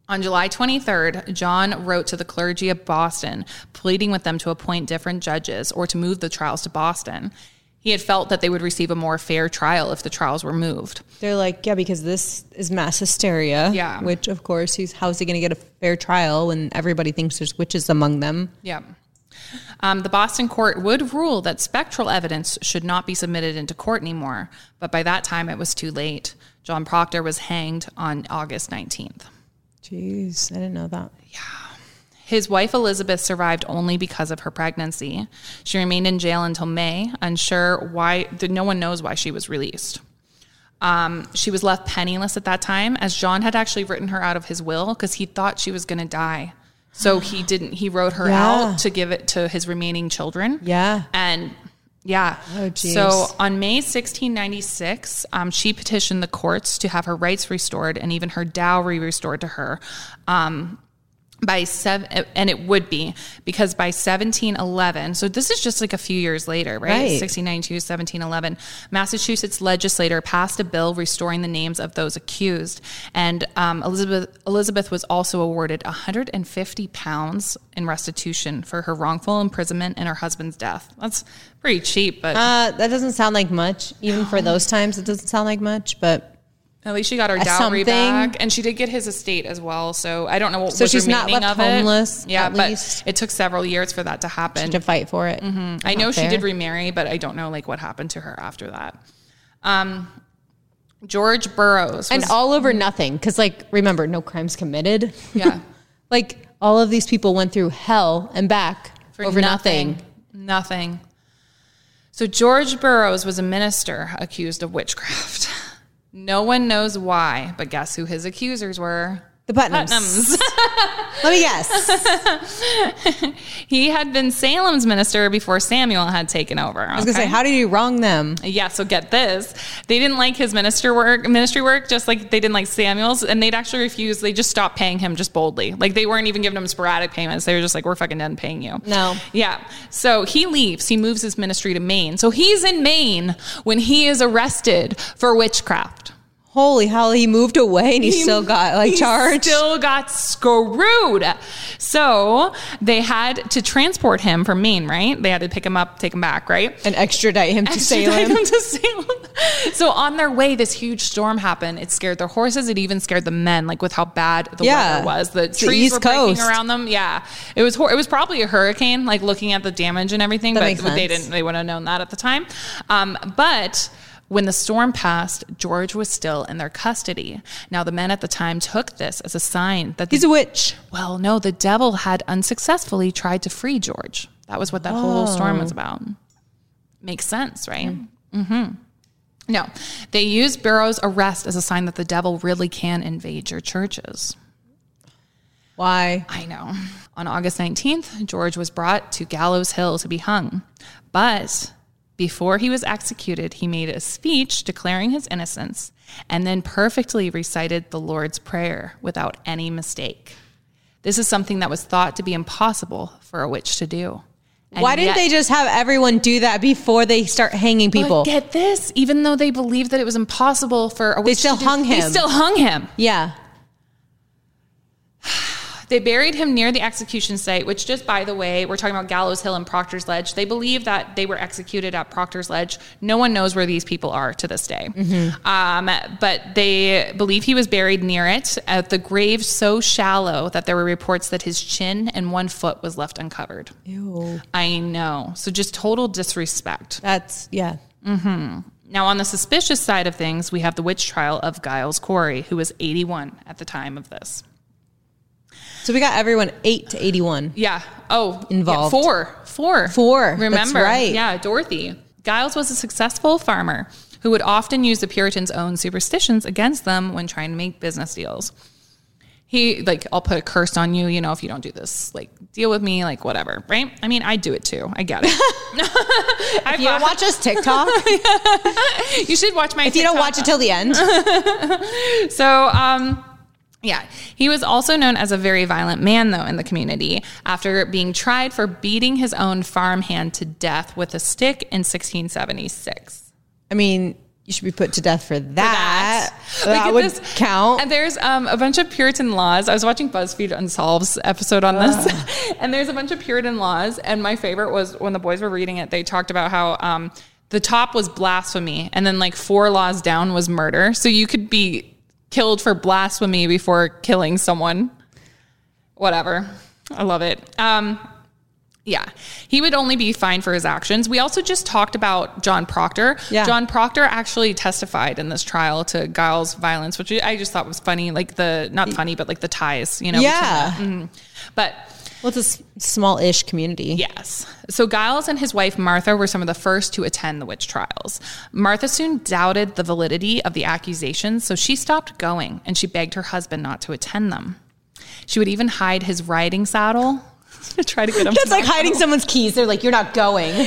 On July 23rd, John wrote to the clergy of Boston, pleading with them to appoint different judges or to move the trials to Boston. He had felt that they would receive a more fair trial if the trials were moved.
They're like, yeah, because this is mass hysteria.
Yeah.
Which of course he's how's he gonna get a fair trial when everybody thinks there's witches among them?
Yeah. Um, the Boston court would rule that spectral evidence should not be submitted into court anymore, but by that time it was too late. John Proctor was hanged on August 19th.
Jeez, I didn't know that.
His wife Elizabeth survived only because of her pregnancy. She remained in jail until May, unsure why, no one knows why she was released. Um, she was left penniless at that time, as John had actually written her out of his will because he thought she was going to die. So he didn't. He wrote her
Yeah.
out to give it to his remaining children.
Yeah.
and yeah.
Oh, geez.
so on May 1696, um, she petitioned the courts to have her rights restored and even her dowry restored to her. Um, by seven, and it would be because by 1711, so this is just like a few years later, right?
Right.
1692, 1711, Massachusetts legislator passed a bill restoring the names of those accused. And um, Elizabeth, Elizabeth was also awarded 150 pounds in restitution for her wrongful imprisonment and her husband's death. That's pretty cheap, but
Uh, that doesn't sound like much, even for those times. It doesn't sound like much, but
At least she got her
Uh,
dowry
something.
back, and she did get his estate as well. So I don't know what
So
was
she's not
remaining
left
of it.
homeless,
Yeah,
at
but
least?
it took several years for that to happen.
to fight for it.
I know she
fair.
did remarry, but I don't know like what happened to her after that. Um, George Burroughs was,
And all over nothing. Because, like, remember, no crimes committed.
yeah
Like, all of these people went through hell and back
for
over nothing.
nothing. Nothing. So George Burroughs was a minister accused of witchcraft. No one knows why, but guess who his accusers were?
The Putnams.
Putnams.
Let me guess.
He had been Salem's minister before Samuel had taken over.
I was gonna say, how did you wrong them?
Yeah, so get this. They didn't like his minister work, ministry work, just like they didn't like Samuel's, and they'd actually refuse. They just stopped paying him just boldly. Like they weren't even giving him sporadic payments. They were just like, we're fucking done paying you.
No.
Yeah. So he leaves. He moves his ministry to Maine. So he's in Maine when he is arrested for witchcraft.
Holy hell, he moved away and he, still got like
He
charged.
Still got screwed. So they had to transport him from Maine, right? They had to pick him up, take him back, right?
and extradite him to
Extradite
Salem.
them to Salem. So on their way, this huge storm happened. It scared their horses. It even scared the men, like with how bad the
Yeah.
weather was. The
It's the
trees
East
were breaking
Coast.
around them. Yeah, it was. Hor- it was probably a hurricane. Like looking at the damage and everything,
That
but
makes
they
sense.
didn't. They wouldn't have known that at the time. Um, but. When the storm passed, George was still in their custody. Now, the men at the time took this as a sign that the
He's a witch.
well, no, the devil had unsuccessfully tried to free George. That was what that whole storm was about. Makes sense, right? Mm-hmm. No, they used Barrow's arrest as a sign that the devil really can invade your churches.
Why?
I know. On August 19th, George was brought to Gallows Hill to be hung. But before he was executed, he made a speech declaring his innocence and then perfectly recited the Lord's Prayer without any mistake. This is something that was thought to be impossible for a witch to do. And
Why didn't
yet-
they just have everyone do that before they start hanging people?
But get this, even though they believed that it was impossible for a witch
still
to do-
hung
They
him.
still hung him.
yeah.
They buried him near the execution site, which, just by the way, we're talking about Gallows Hill and Proctor's Ledge. They believe that they were executed at Proctor's Ledge. No one knows where these people are to this day. Um, but they believe he was buried near it, at the grave so shallow that there were reports that his chin and one foot was left uncovered.
Ew.
I know. So, just total disrespect.
That's yeah.
Now, on the suspicious side of things, we have the witch trial of Giles Corey, who was 81 at the time of this.
So we got everyone eight to eighty-one.
Yeah. Oh,
Involved.
yeah, four, four,
Four. That's
Remember?
right.
Yeah, Dorothy. Giles was a successful farmer who would often use the Puritans' own superstitions against them when trying to make business deals. He like, I'll put a curse on you, you know, if you don't do this. Like, deal with me, like whatever, right? I mean, I do it too. I get it. I
You don't watch us TikTok. if
you should watch my. If
you don't watch it till the end,
So, um, yeah, he was also known as a very violent man, though, in the community after being tried for beating his own farmhand to death with a stick in 1676.
I mean, you should be put to death for that. That,
Look at
would
this.
count.
And there's um, a bunch of Puritan laws. I was watching BuzzFeed Unsolved's episode on this, and there's a bunch of Puritan laws. And my favorite was when the boys were reading it, they talked about how. Um, the top was blasphemy, and then like four laws down was murder. So you could be killed for blasphemy before killing someone. whatever. I love it. Um, yeah, he would only be fined for his actions. We also just talked about John Proctor.
Yeah.
John Proctor actually testified in this trial to Giles' violence, which I just thought was funny. Like the not funny, but like the ties, you know. between
yeah.
them. but
Well, it's a s- small-ish community.
Yes. So Giles and his wife Martha were some of the first to attend the witch trials. Martha soon doubted the validity of the accusations, so she stopped going and she begged her husband not to attend them. She would even hide his riding saddle to try to get him.
That's
to
like
not
hiding
go.
someone's keys. They're like, you're not going. You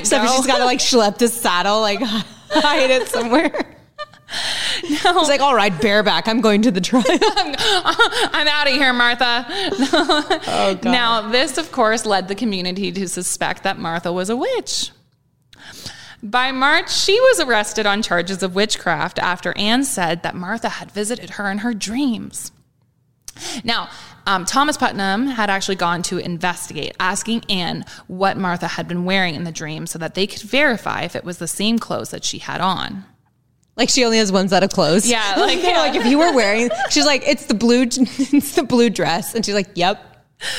Except
go.
she's got to like schlep this saddle, like hide it somewhere. No. It's like, all right, bareback. I'm going to the trial.
I'm out of here, Martha.
Oh, God.
Now, this, of course, led the community to suspect that Martha was a witch. By March, she was arrested on charges of witchcraft after Anne said that Martha had visited her in her dreams. Now, um, Thomas Putnam had actually gone to investigate, asking Anne what Martha had been wearing in the dream so that they could verify if it was the same clothes that she had on.
like she only has one set of clothes.
Yeah, like-
They're like if you were wearing, she's like, it's the blue, it's the blue dress, and she's like, yep.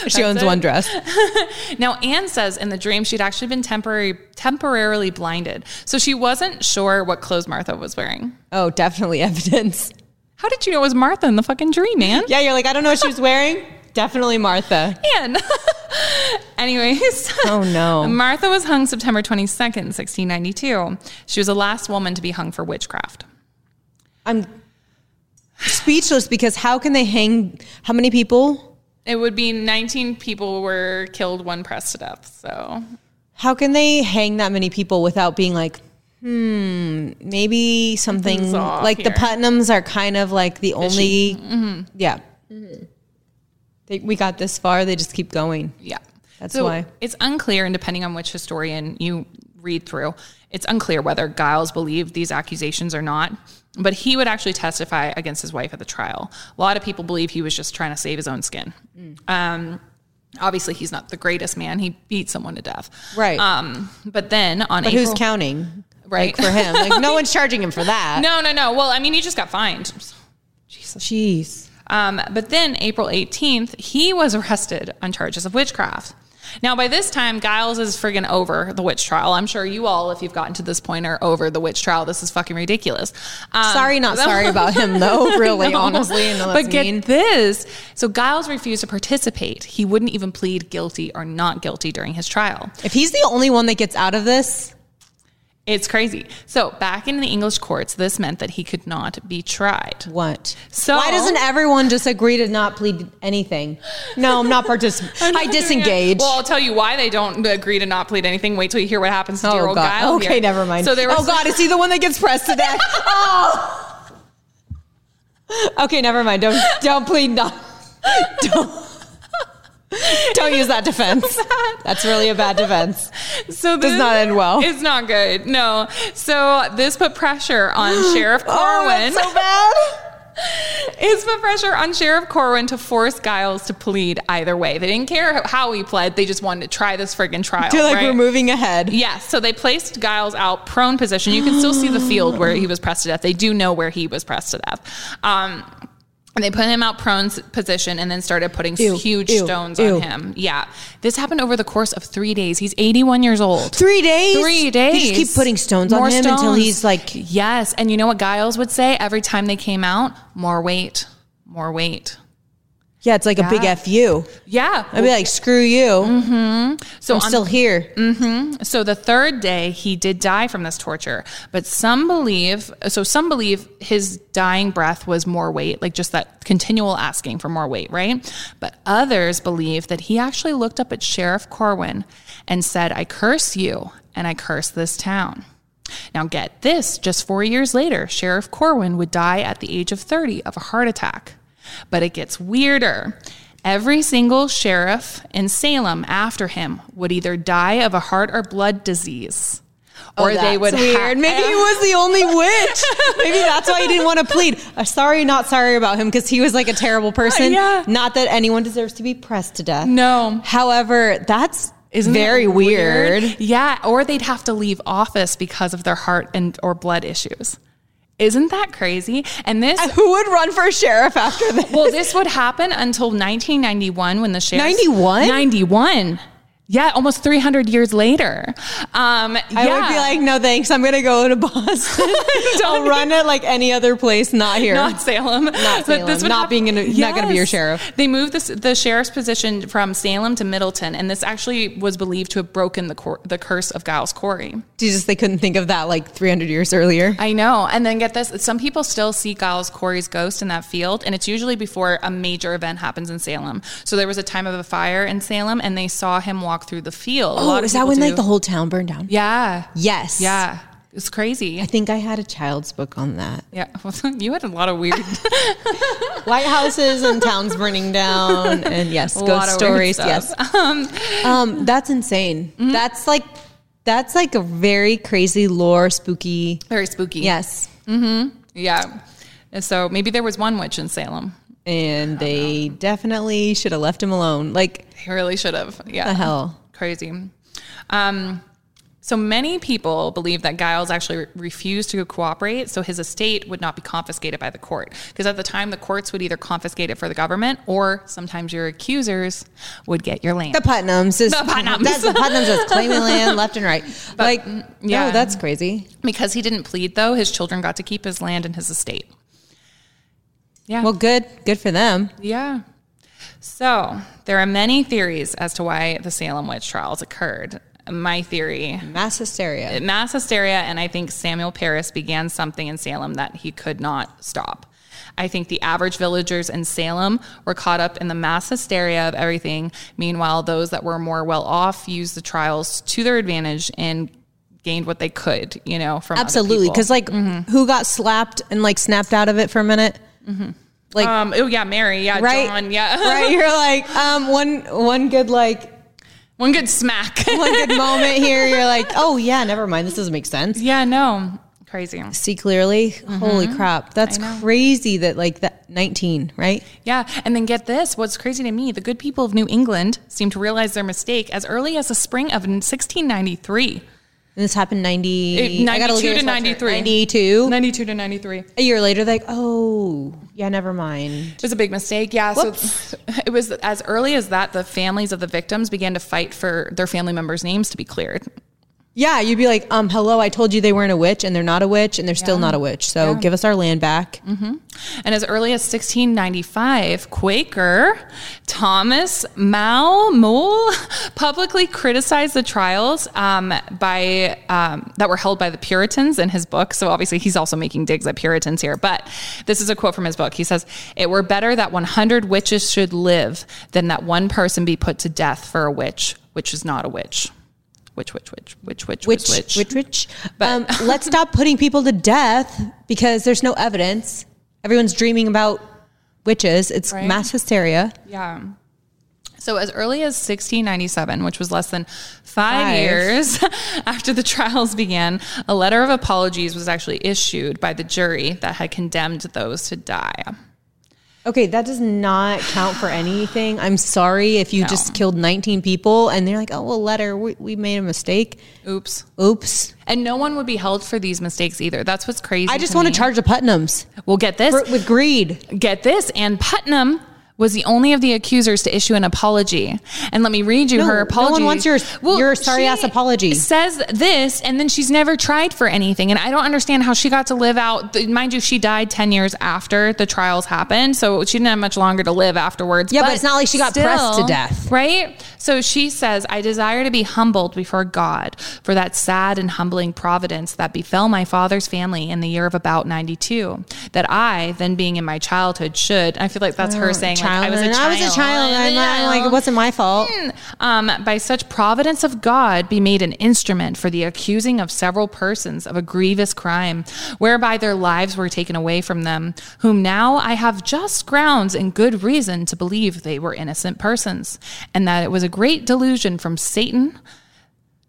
She owns
it.
one dress.
Now, Anne says in the dream she'd actually been temporary, temporarily blinded, so she wasn't sure what clothes Martha was wearing.
Oh, definitely evidence.
How did you know it was Martha in the fucking dream, man?
Yeah, you're like, I don't know what she was wearing. definitely Martha.
Anne. Anyways.
Oh, no.
Martha was hung September 22nd, 1692. She was the last woman to be hung for witchcraft.
I'm speechless because how can they hang? How many people?
It would be 19 people were killed, one pressed to death. So
How can they hang that many people without being like, hmm, maybe something
Something's off
like the
here. Mm-hmm.
Putnams are kind of like the only, yeah. They, we got this far. They just keep going.
Yeah.
That's
so
why.
It's unclear, and depending on which historian you read through, it's unclear whether Giles believed these accusations or not. But he would actually testify against his wife at the trial. A lot of people believe he was just trying to save his own skin.
Mm.
Um, obviously, he's not the greatest man. He beat someone to death.
Right.
Um, but then on
but
April,
who's counting?
Right.
Like for him. Like no one's charging him for that.
no, no, no. Well, I mean, he just got fined.
Jeez.
Um, but then, April 18th, he was arrested on charges of witchcraft. Now, by this time, Giles is friggin' over the witch trial. I'm sure you all, if you've gotten to this point, are over the witch trial. This is fucking ridiculous. Um,
sorry, not sorry about him though. Really, honestly. No, that's
but get
mean.
this. So, Giles refused to participate. He wouldn't even plead guilty or not guilty during his trial.
if he's the only one that gets out of this,
It's crazy. So, back in the English courts, this meant that he could not be tried.
What?
So-
why doesn't everyone just agree to not plead anything? No, I'm not participating. I disengage.
Well, I'll tell you why they don't agree to not plead anything. Wait till you hear what happens to your
oh
old
god.
guy.
okay, never mind.
So there was
oh god, is he the one that gets pressed to death? oh. Okay, never mind. Don't don't plead not. Don't. Don't use that defense. That's really a bad defense.
so this
does not end well.
It's not good. No. So this put pressure on Sheriff
Oh,
Corwin.
that's so bad.
it's put pressure on Sheriff Corwin to force Giles to plead either way. They didn't care how he pled. They just wanted to try this friggin' trial.
They're like
right?
we're moving ahead.
Yes. So they placed Giles out prone position. You can still see the field where he was pressed to death. They do know where he was pressed to death. Um, and they put him out prone s- position and then started putting s-
Ew,
huge
ew,
stones
ew.
on him. Yeah. This happened over the course of three days. He's 81 years old.
Three days.
Three
They
days.
just keep putting stones on
More
him until
stones.
he's like
Yes. And you know what Giles would say every time they came out? More weight, more weight.
Yeah, it's like a big
Yeah.
F you.
Yeah.
I'd be like, screw you.
so
I'm
on-
still here.
So the third day he did die from this torture, but some believe so some believe his dying breath was more weight, like just that continual asking for more weight, right? But others believe that he actually looked up at Sheriff Corwin and said, "I curse you and I curse this town." Now get this, just 4 years later, Sheriff Corwin would die at the age of 30 of a heart attack. But it gets weirder. Every single sheriff in Salem after him would either die of a heart or blood disease, or they would
Oh, weird.
ha-
Maybe he was the only witch. Maybe that's why he didn't want to plead. Uh, sorry, not sorry about him because he was like a terrible person.
Uh, Yeah.
Not that anyone deserves to be pressed to death.
No.
However, that's
Isn't that
very weird.
Yeah, or they'd have to leave office because of their heart and or blood issues. Isn't that crazy? And this
Who would run for sheriff after this?
well, this would happen until 1991 when the sheriff
91?
91. Yeah, almost 300 years later. Um,
I
yeah.
would be like, no thanks. I'm gonna go to Boston. I'll run it like any other place, not here.
Not Salem. Not
Salem. Not being in a- not gonna be your sheriff.
They moved this, the sheriff's position from Salem to Middleton, and this actually was believed to have broken the cor- the curse of Giles Corey.
They just they couldn't think of that like 300 years earlier.
I know. And then get this: some people still see Giles Corey's ghost in that field, and it's usually before a major event happens in Salem. So there was a time of a fire in Salem, and they saw him walk through the field. a lot of people do.
whole town burned down?
yeah,
Yes.
yeah, it's crazy.
I think I had a child's book on that.
yeah, you had a lot of weird
White houses and towns burning down, and yes,
A lot
ghost
of weird
stories. Yes,
stuff. Um,
um, Mm-hmm. that's insane. That's like that's like a very crazy lore, spooky.
very spooky.
Yes,
Yeah. And so maybe there was one witch in Salem.
and they definitely should have left him alone. Like
They really should have. Yeah.
the hell.
Crazy. Um, so many people believe that Giles actually re- refused to cooperate, so his estate would not be confiscated by the court. Because at the time, the courts would either confiscate it for the government or sometimes your accusers would get your land.
The Putnams is
The Putnams. mm,
That's the Putnams just claiming land left and right. like,
yeah.
no, that's crazy.
Because he didn't plead, though, his children got to keep his land and his estate. Yeah.
Well, good, good for them.
Yeah. So there are many theories as to why the Salem witch trials occurred. My theory
Mass hysteria.
mass hysteria, and I think Samuel Paris began something in Salem that he could not stop. I think the average villagers in Salem were caught up in the mass hysteria of everything. Meanwhile, those that were more well off used the trials to their advantage and gained what they could, you know, from other
Absolutely,
people. Mm-hmm.
because like, who got slapped and like snapped out of it for a minute? Like,
um, oh yeah, Mary, yeah,
right?
John, yeah,
right. You're like, um, one one good like
one good smack.
one good moment here. You're like, oh yeah, never mind. This doesn't make sense.
yeah, Mm-hmm. no, crazy.
See clearly. Holy crap, that's crazy. That like that 19, right?
Yeah, and then get this. What's crazy to me, the good people of New England seem to realize their mistake as early as the spring of 1693.
And this happened 90.
It-
I gotta look at
92 to
your sweatshirt.
93.
92.
92 to 93.
A year later, they're like, oh yeah, never mind.
It was a big mistake. Yeah. So it was as early as that, the families of the victims began to fight for their family members' names to be cleared.
Yeah, you'd be like, um, hello, I told you they weren't a witch, and they're not a witch, and they're still not a witch. So give us our land back.
And as early as 1695, Quaker Thomas Malmole publicly criticized the trials um, by um, that were held by the Puritans in his book. So obviously, he's also making digs at Puritans here. But this is a quote from his book. He says, "It were better that 100 witches should live than that one person be put to death for a witch, which is not a witch." Which, which, which, which,
Witch,
which, which, which.
witch, witch. Um, let's stop putting people to death because there's no evidence. Everyone's dreaming about witches. It's
Right.
mass hysteria.
Yeah. So as early as 1697, which was less than five,
Five.
years after the trials began, a letter of apologies was actually issued by the jury that had condemned those to die.
Okay, that does not count for anything. I'm sorry if you just killed 19 people and they're like, oh, well, letter, we, we made a mistake.
Oops.
Oops.
And no one would be held for these mistakes either. That's what's crazy.
I just
want
want to charge the Putnams
We'll get this.
for, with greed.
get this. And Putnam was the only of the accusers to issue an apology. And let me read you
No,
her
no
apology.
one wants your- your sorry
she
ass apology.
Says this, and then she's never tried for anything. And I don't understand how she got to live out. th- Mind you, she died ten years after the trials happened, so she didn't have much longer to live afterwards.
Yeah, but it's not like she got pressed to death.
right? So she says, "I desire to be humbled before God for that sad and humbling providence that befell my father's family in the year of about ninety-two. That I, then being in my childhood, should." I feel like that's her saying, like, "I was a
and
child."
Oh, I was a child. I'm, not- I'm like, it wasn't my fault.
um, by such providence of God be made an instrument for the accusing of several persons of a grievous crime, whereby their lives were taken away from them, whom now I have just grounds and good reason to believe they were innocent persons, and that it was a great delusion from Satan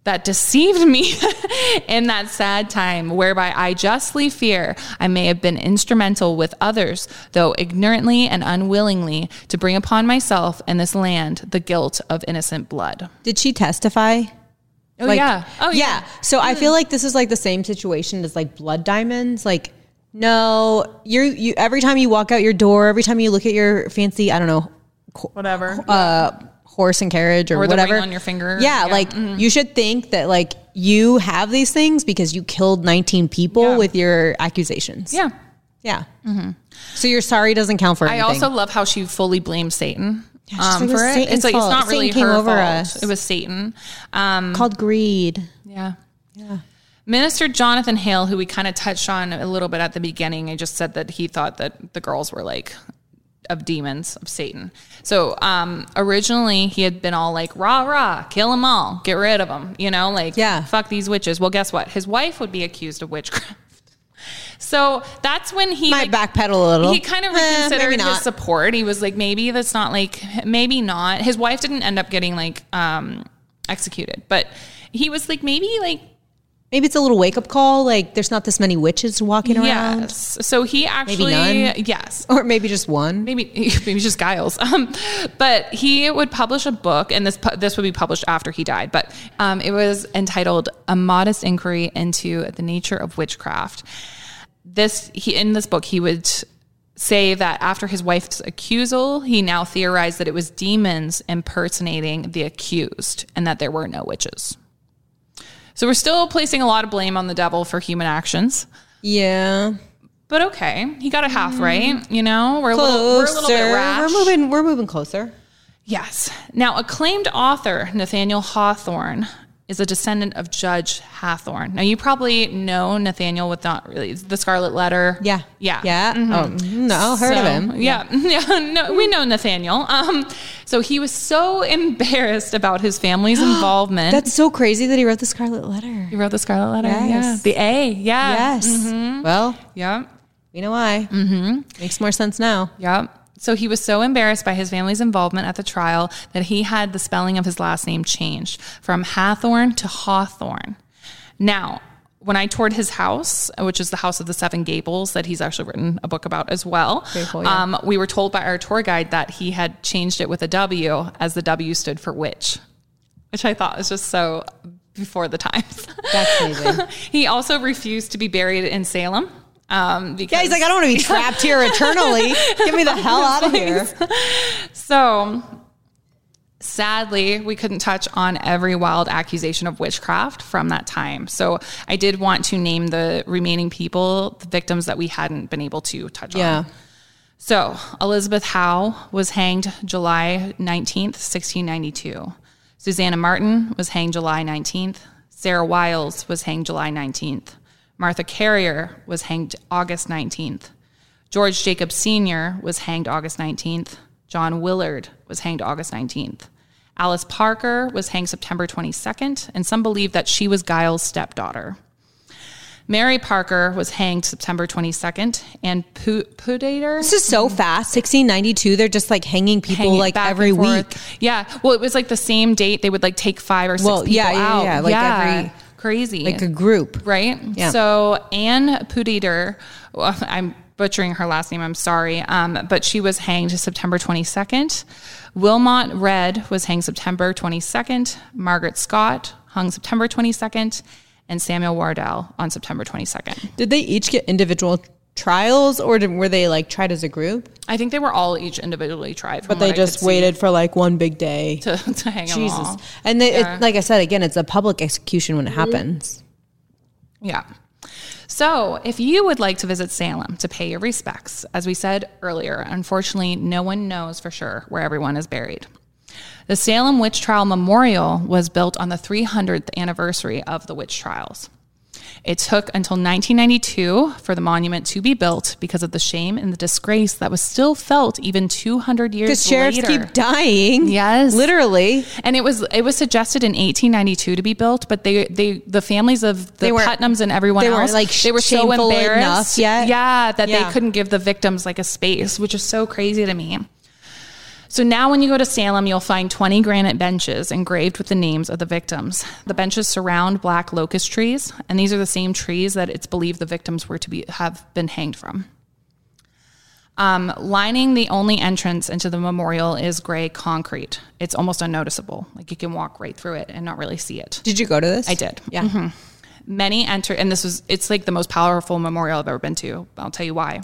that deceived me in that sad time, whereby I justly fear I may have been instrumental with others, though ignorantly and unwillingly, to bring upon myself and this land the guilt of innocent blood.
Did she testify?
Oh,
Like,
yeah. Oh, yeah.
So I feel like this is like the same situation as like blood diamonds. Like, no, you're you every time you walk out your door, every time you look at your fancy, I don't know,
Whatever.
uh, horse and carriage or,
Or the ring
whatever
on your finger.
Yeah,
Yeah. Mm-hmm.
like you should think that like you have these things because you killed 19 people
Yeah.
with your accusations.
Yeah. Mm-hmm.
Yeah. So your sorry doesn't count for
I
anything.
also love how she fully blames Satan.
she's like,
Um,
"It was
for it,
Satan's
it's like
fault.
it's not
Satan
really
came
her
over
fault.
us.
It was Satan. Um,
called greed.
Yeah. Minister Jonathan Hale, who we kind of touched on a little bit at the beginning, I just said that he thought that the girls were like of demons of Satan. So um, originally he had been all like rah rah, kill them all, get rid of them, you know, like
Yeah.
fuck these witches. Well, guess what? His wife would be accused of witchcraft. So that's when he
Might
like,
backpedal a little.
he kind of
Eh, maybe
reconsidered his
not.
support. He was like, maybe that's not like, maybe not. His wife didn't end up getting like um, executed, but he was like, maybe like,
Maybe it's a little wake up call. Like there's not this many witches walking around,
yes. So he actually,
none?
yes.
or maybe just one.
Maybe maybe just Giles, um, but he would publish a book, and this pu- this would be published after he died. But um, it was entitled "A Modest Inquiry into the Nature of Witchcraft." This he in this book he would say that after his wife's accusal, he now theorized that it was demons impersonating the accused, and that there were no witches. So we're still placing a lot of blame on the devil for human actions.
Yeah,
But okay, he got a half right. You know, we're a little, we're a little bit rash.
We're moving. We're moving closer.
Yes. Now, acclaimed author Nathaniel Hawthorne is a descendant of Judge Hathorne. Now, you probably know Nathaniel with not really the Scarlet Letter.
Yeah,
Yeah. Mm-hmm.
yeah. Oh, no, heard of
So,
him.
Yeah. Yeah. No, we know Nathaniel. Um, so he was so embarrassed about his family's involvement.
That's so crazy that he wrote the Scarlet Letter.
he wrote the Scarlet Letter.
Yes.
Yeah. The A. Mm-hmm. Yeah.
Yes. Well,
Yeah.
we know why. Mm-hmm. Makes more sense now.
Yep. So he was so embarrassed by his family's involvement at the trial that he had the spelling of his last name changed from Hathorne to Hawthorne. Now, when I toured his house, which is the house of the Seven Gables that he's actually written a book about as well,
cool, yeah.
um, we were told by our tour guide that he had changed it with a W as the W stood for witch, which I thought was just so before the times.
That's amazing.
he also refused to be buried in Salem. Um, because
yeah, he's like, I don't want to be trapped here eternally. Get me the hell out of here.
So sadly, we couldn't touch on every wild accusation of witchcraft from that time. So I did want to name the remaining people, the victims that we hadn't been able to touch
Yeah.
on. So Elizabeth Howe was hanged July 19th, 1692. Susanna Martin was hanged July 19th. Sarah Wiles was hanged July 19th. Martha Carrier was hanged August 19th. George Jacob Sr. was hanged August 19th. John Willard was hanged August 19th. Alice Parker was hanged September 22nd, and some believe that she was Giles' stepdaughter. Mary Parker was hanged September 22nd, and Pu- Pudator
This is so fast. 1692. They're just like hanging people
hanging
like
back and
every
forth.
week.
Yeah. Well, it was like the same date. They would like take five or six
Well,
people
yeah, yeah,
out.
yeah, like every-
crazy,
Like a group.
right?
Yeah.
So Anne Pudeter, well, I'm butchering her last name. I'm sorry, um, but she was hanged September 22nd. Wilmot Red was hanged September 22nd. Margaret Scott hung September 22nd, and Samuel Wardell on September 22nd.
Did they each get individual trials or did, were they like tried as a group?
I think they were all each individually tried, from
But they
what I
just
could see,
waited for like one big day.
to, to hang 'em
Jesus.
all.
And they, it, like I said, again, it's a public execution when it happens.
Yeah. So, if you would like to visit Salem to pay your respects, as we said earlier, unfortunately, no one knows for sure where everyone is buried. The Salem Witch Trial Memorial was built on the 300th anniversary of the witch trials. It took until 1992 for the monument to be built because of the shame and the disgrace that was still felt even 200
Because
years
sheriffs
later.
keep dying.
Yes.
Literally.
And it was it was suggested in 1892 to be built, but they they the families of the
They weren't-
Putnams and everyone
they weren't,
else
like,
they were so
shameful enough
embarrassed,
yet.
yeah, that
Yeah.
they couldn't give the victims like a space, which is so crazy to me. So now, when you go to Salem, you'll find 20 granite benches engraved with the names of the victims. The benches surround black locust trees, and these are the same trees that it's believed the victims were to be have been hanged from. Um, lining the only entrance into the memorial is gray concrete. It's almost unnoticeable; like you can walk right through it and not really see it.
Did you go to this?
I did.
Yeah.
Many enter, and this was, it's like the most powerful memorial I've ever been to. I'll tell you why.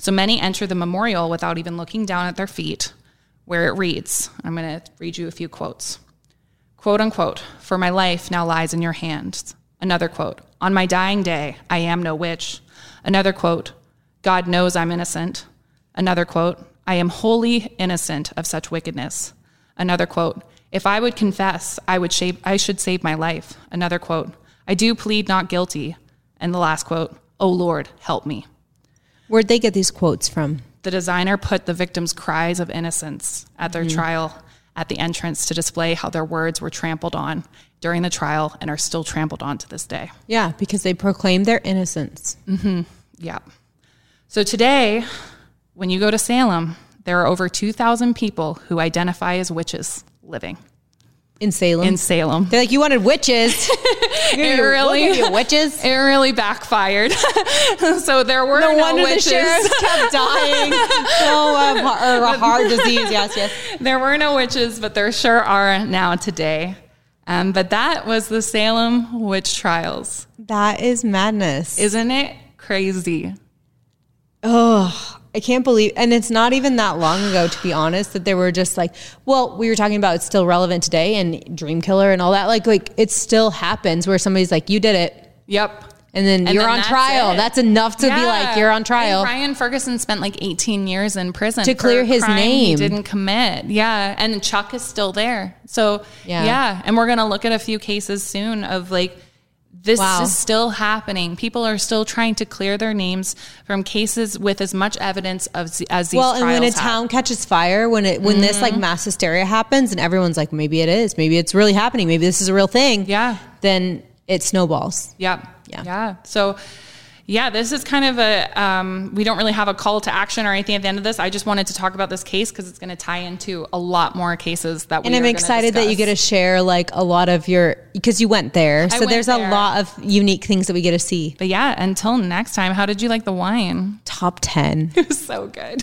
So many enter the memorial without even looking down at their feet, where it reads I'm going to read you a few quotes. Quote unquote, for my life now lies in your hands. Another quote, on my dying day, I am no witch. Another quote, God knows I'm innocent. Another quote, I am wholly innocent of such wickedness. Another quote, if I would confess, I would shape, I should save my life. Another quote, I do plead not guilty. And the last quote, Oh Lord, help me.
Where'd they get these quotes from?
The designer put the victim's cries of innocence at their trial at the entrance to display how their words were trampled on during the trial and are still trampled on to this day.
Yeah, because they proclaim their innocence.
Yeah. So today, when you go to Salem, there are over 2,000 people who identify as witches living
In Salem.
in Salem.
They're like, you wanted witches.
It
We'll
really,
give you witches.
it really backfired. so there were no,
No wonder
witches.
the sheriff kept dying. So um, or a heart disease. Yes, yes.
There were no witches, but there sure are now today. Um, but that was the Salem witch trials.
That is madness.
Isn't it crazy?
Oh, I can't believe, and it's not even that long ago, to be honest, that they were just like, well, we were talking about it's still relevant today and Dream Killer and all that. Like, like it still happens where somebody's like, you did it,
Yep.
and then
And
you're
then
on
that's
trial.
it.
That's enough to be
Yeah.
like, you're on trial.
And Ryan Ferguson spent like 18 years in prison
To
for
clear
a
his
crime He
name.
didn't commit. Yeah, and Chuck is still there. So yeah,
Yeah.
and we're gonna look at a few cases soon of like this
Wow.
is still happening. People are still trying to clear their names from cases with as much evidence of z- as these
well, and
trials Mm-hmm.
when a
have.
town catches fire, when it when this like mass hysteria happens, and everyone's like, maybe it is, maybe it's really happening, maybe this is a real thing.
Yeah.
then it snowballs.
Yeah.
Yeah.
Yeah. So, yeah, this is kind of a, um, we don't really have a call to action or anything at the end of this. I just wanted to talk about this case because it's going to tie into a lot more cases that we
And I'm excited that you get to
a.
share like a lot of your because you went there, so
went
there's
there.
a lot of unique things that we get to see.
But yeah, until next time, how did you like the wine?
Top ten.
It was so good.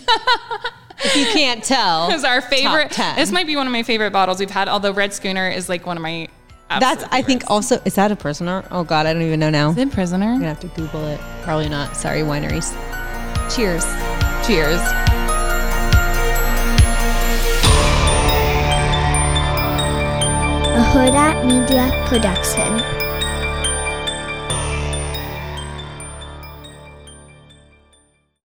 it
if you can't tell,
was our favorite.
Top 10.
This might be one of my favorite bottles we've had, although Red Schooner is like one of my.
That's I think also is that a prisoner? Oh God, I don't even know now. I'm
Good prisoner.
gonna have to Google it. Probably not. Sorry, wineries. Cheers.
Cheers.
a Huda Media production.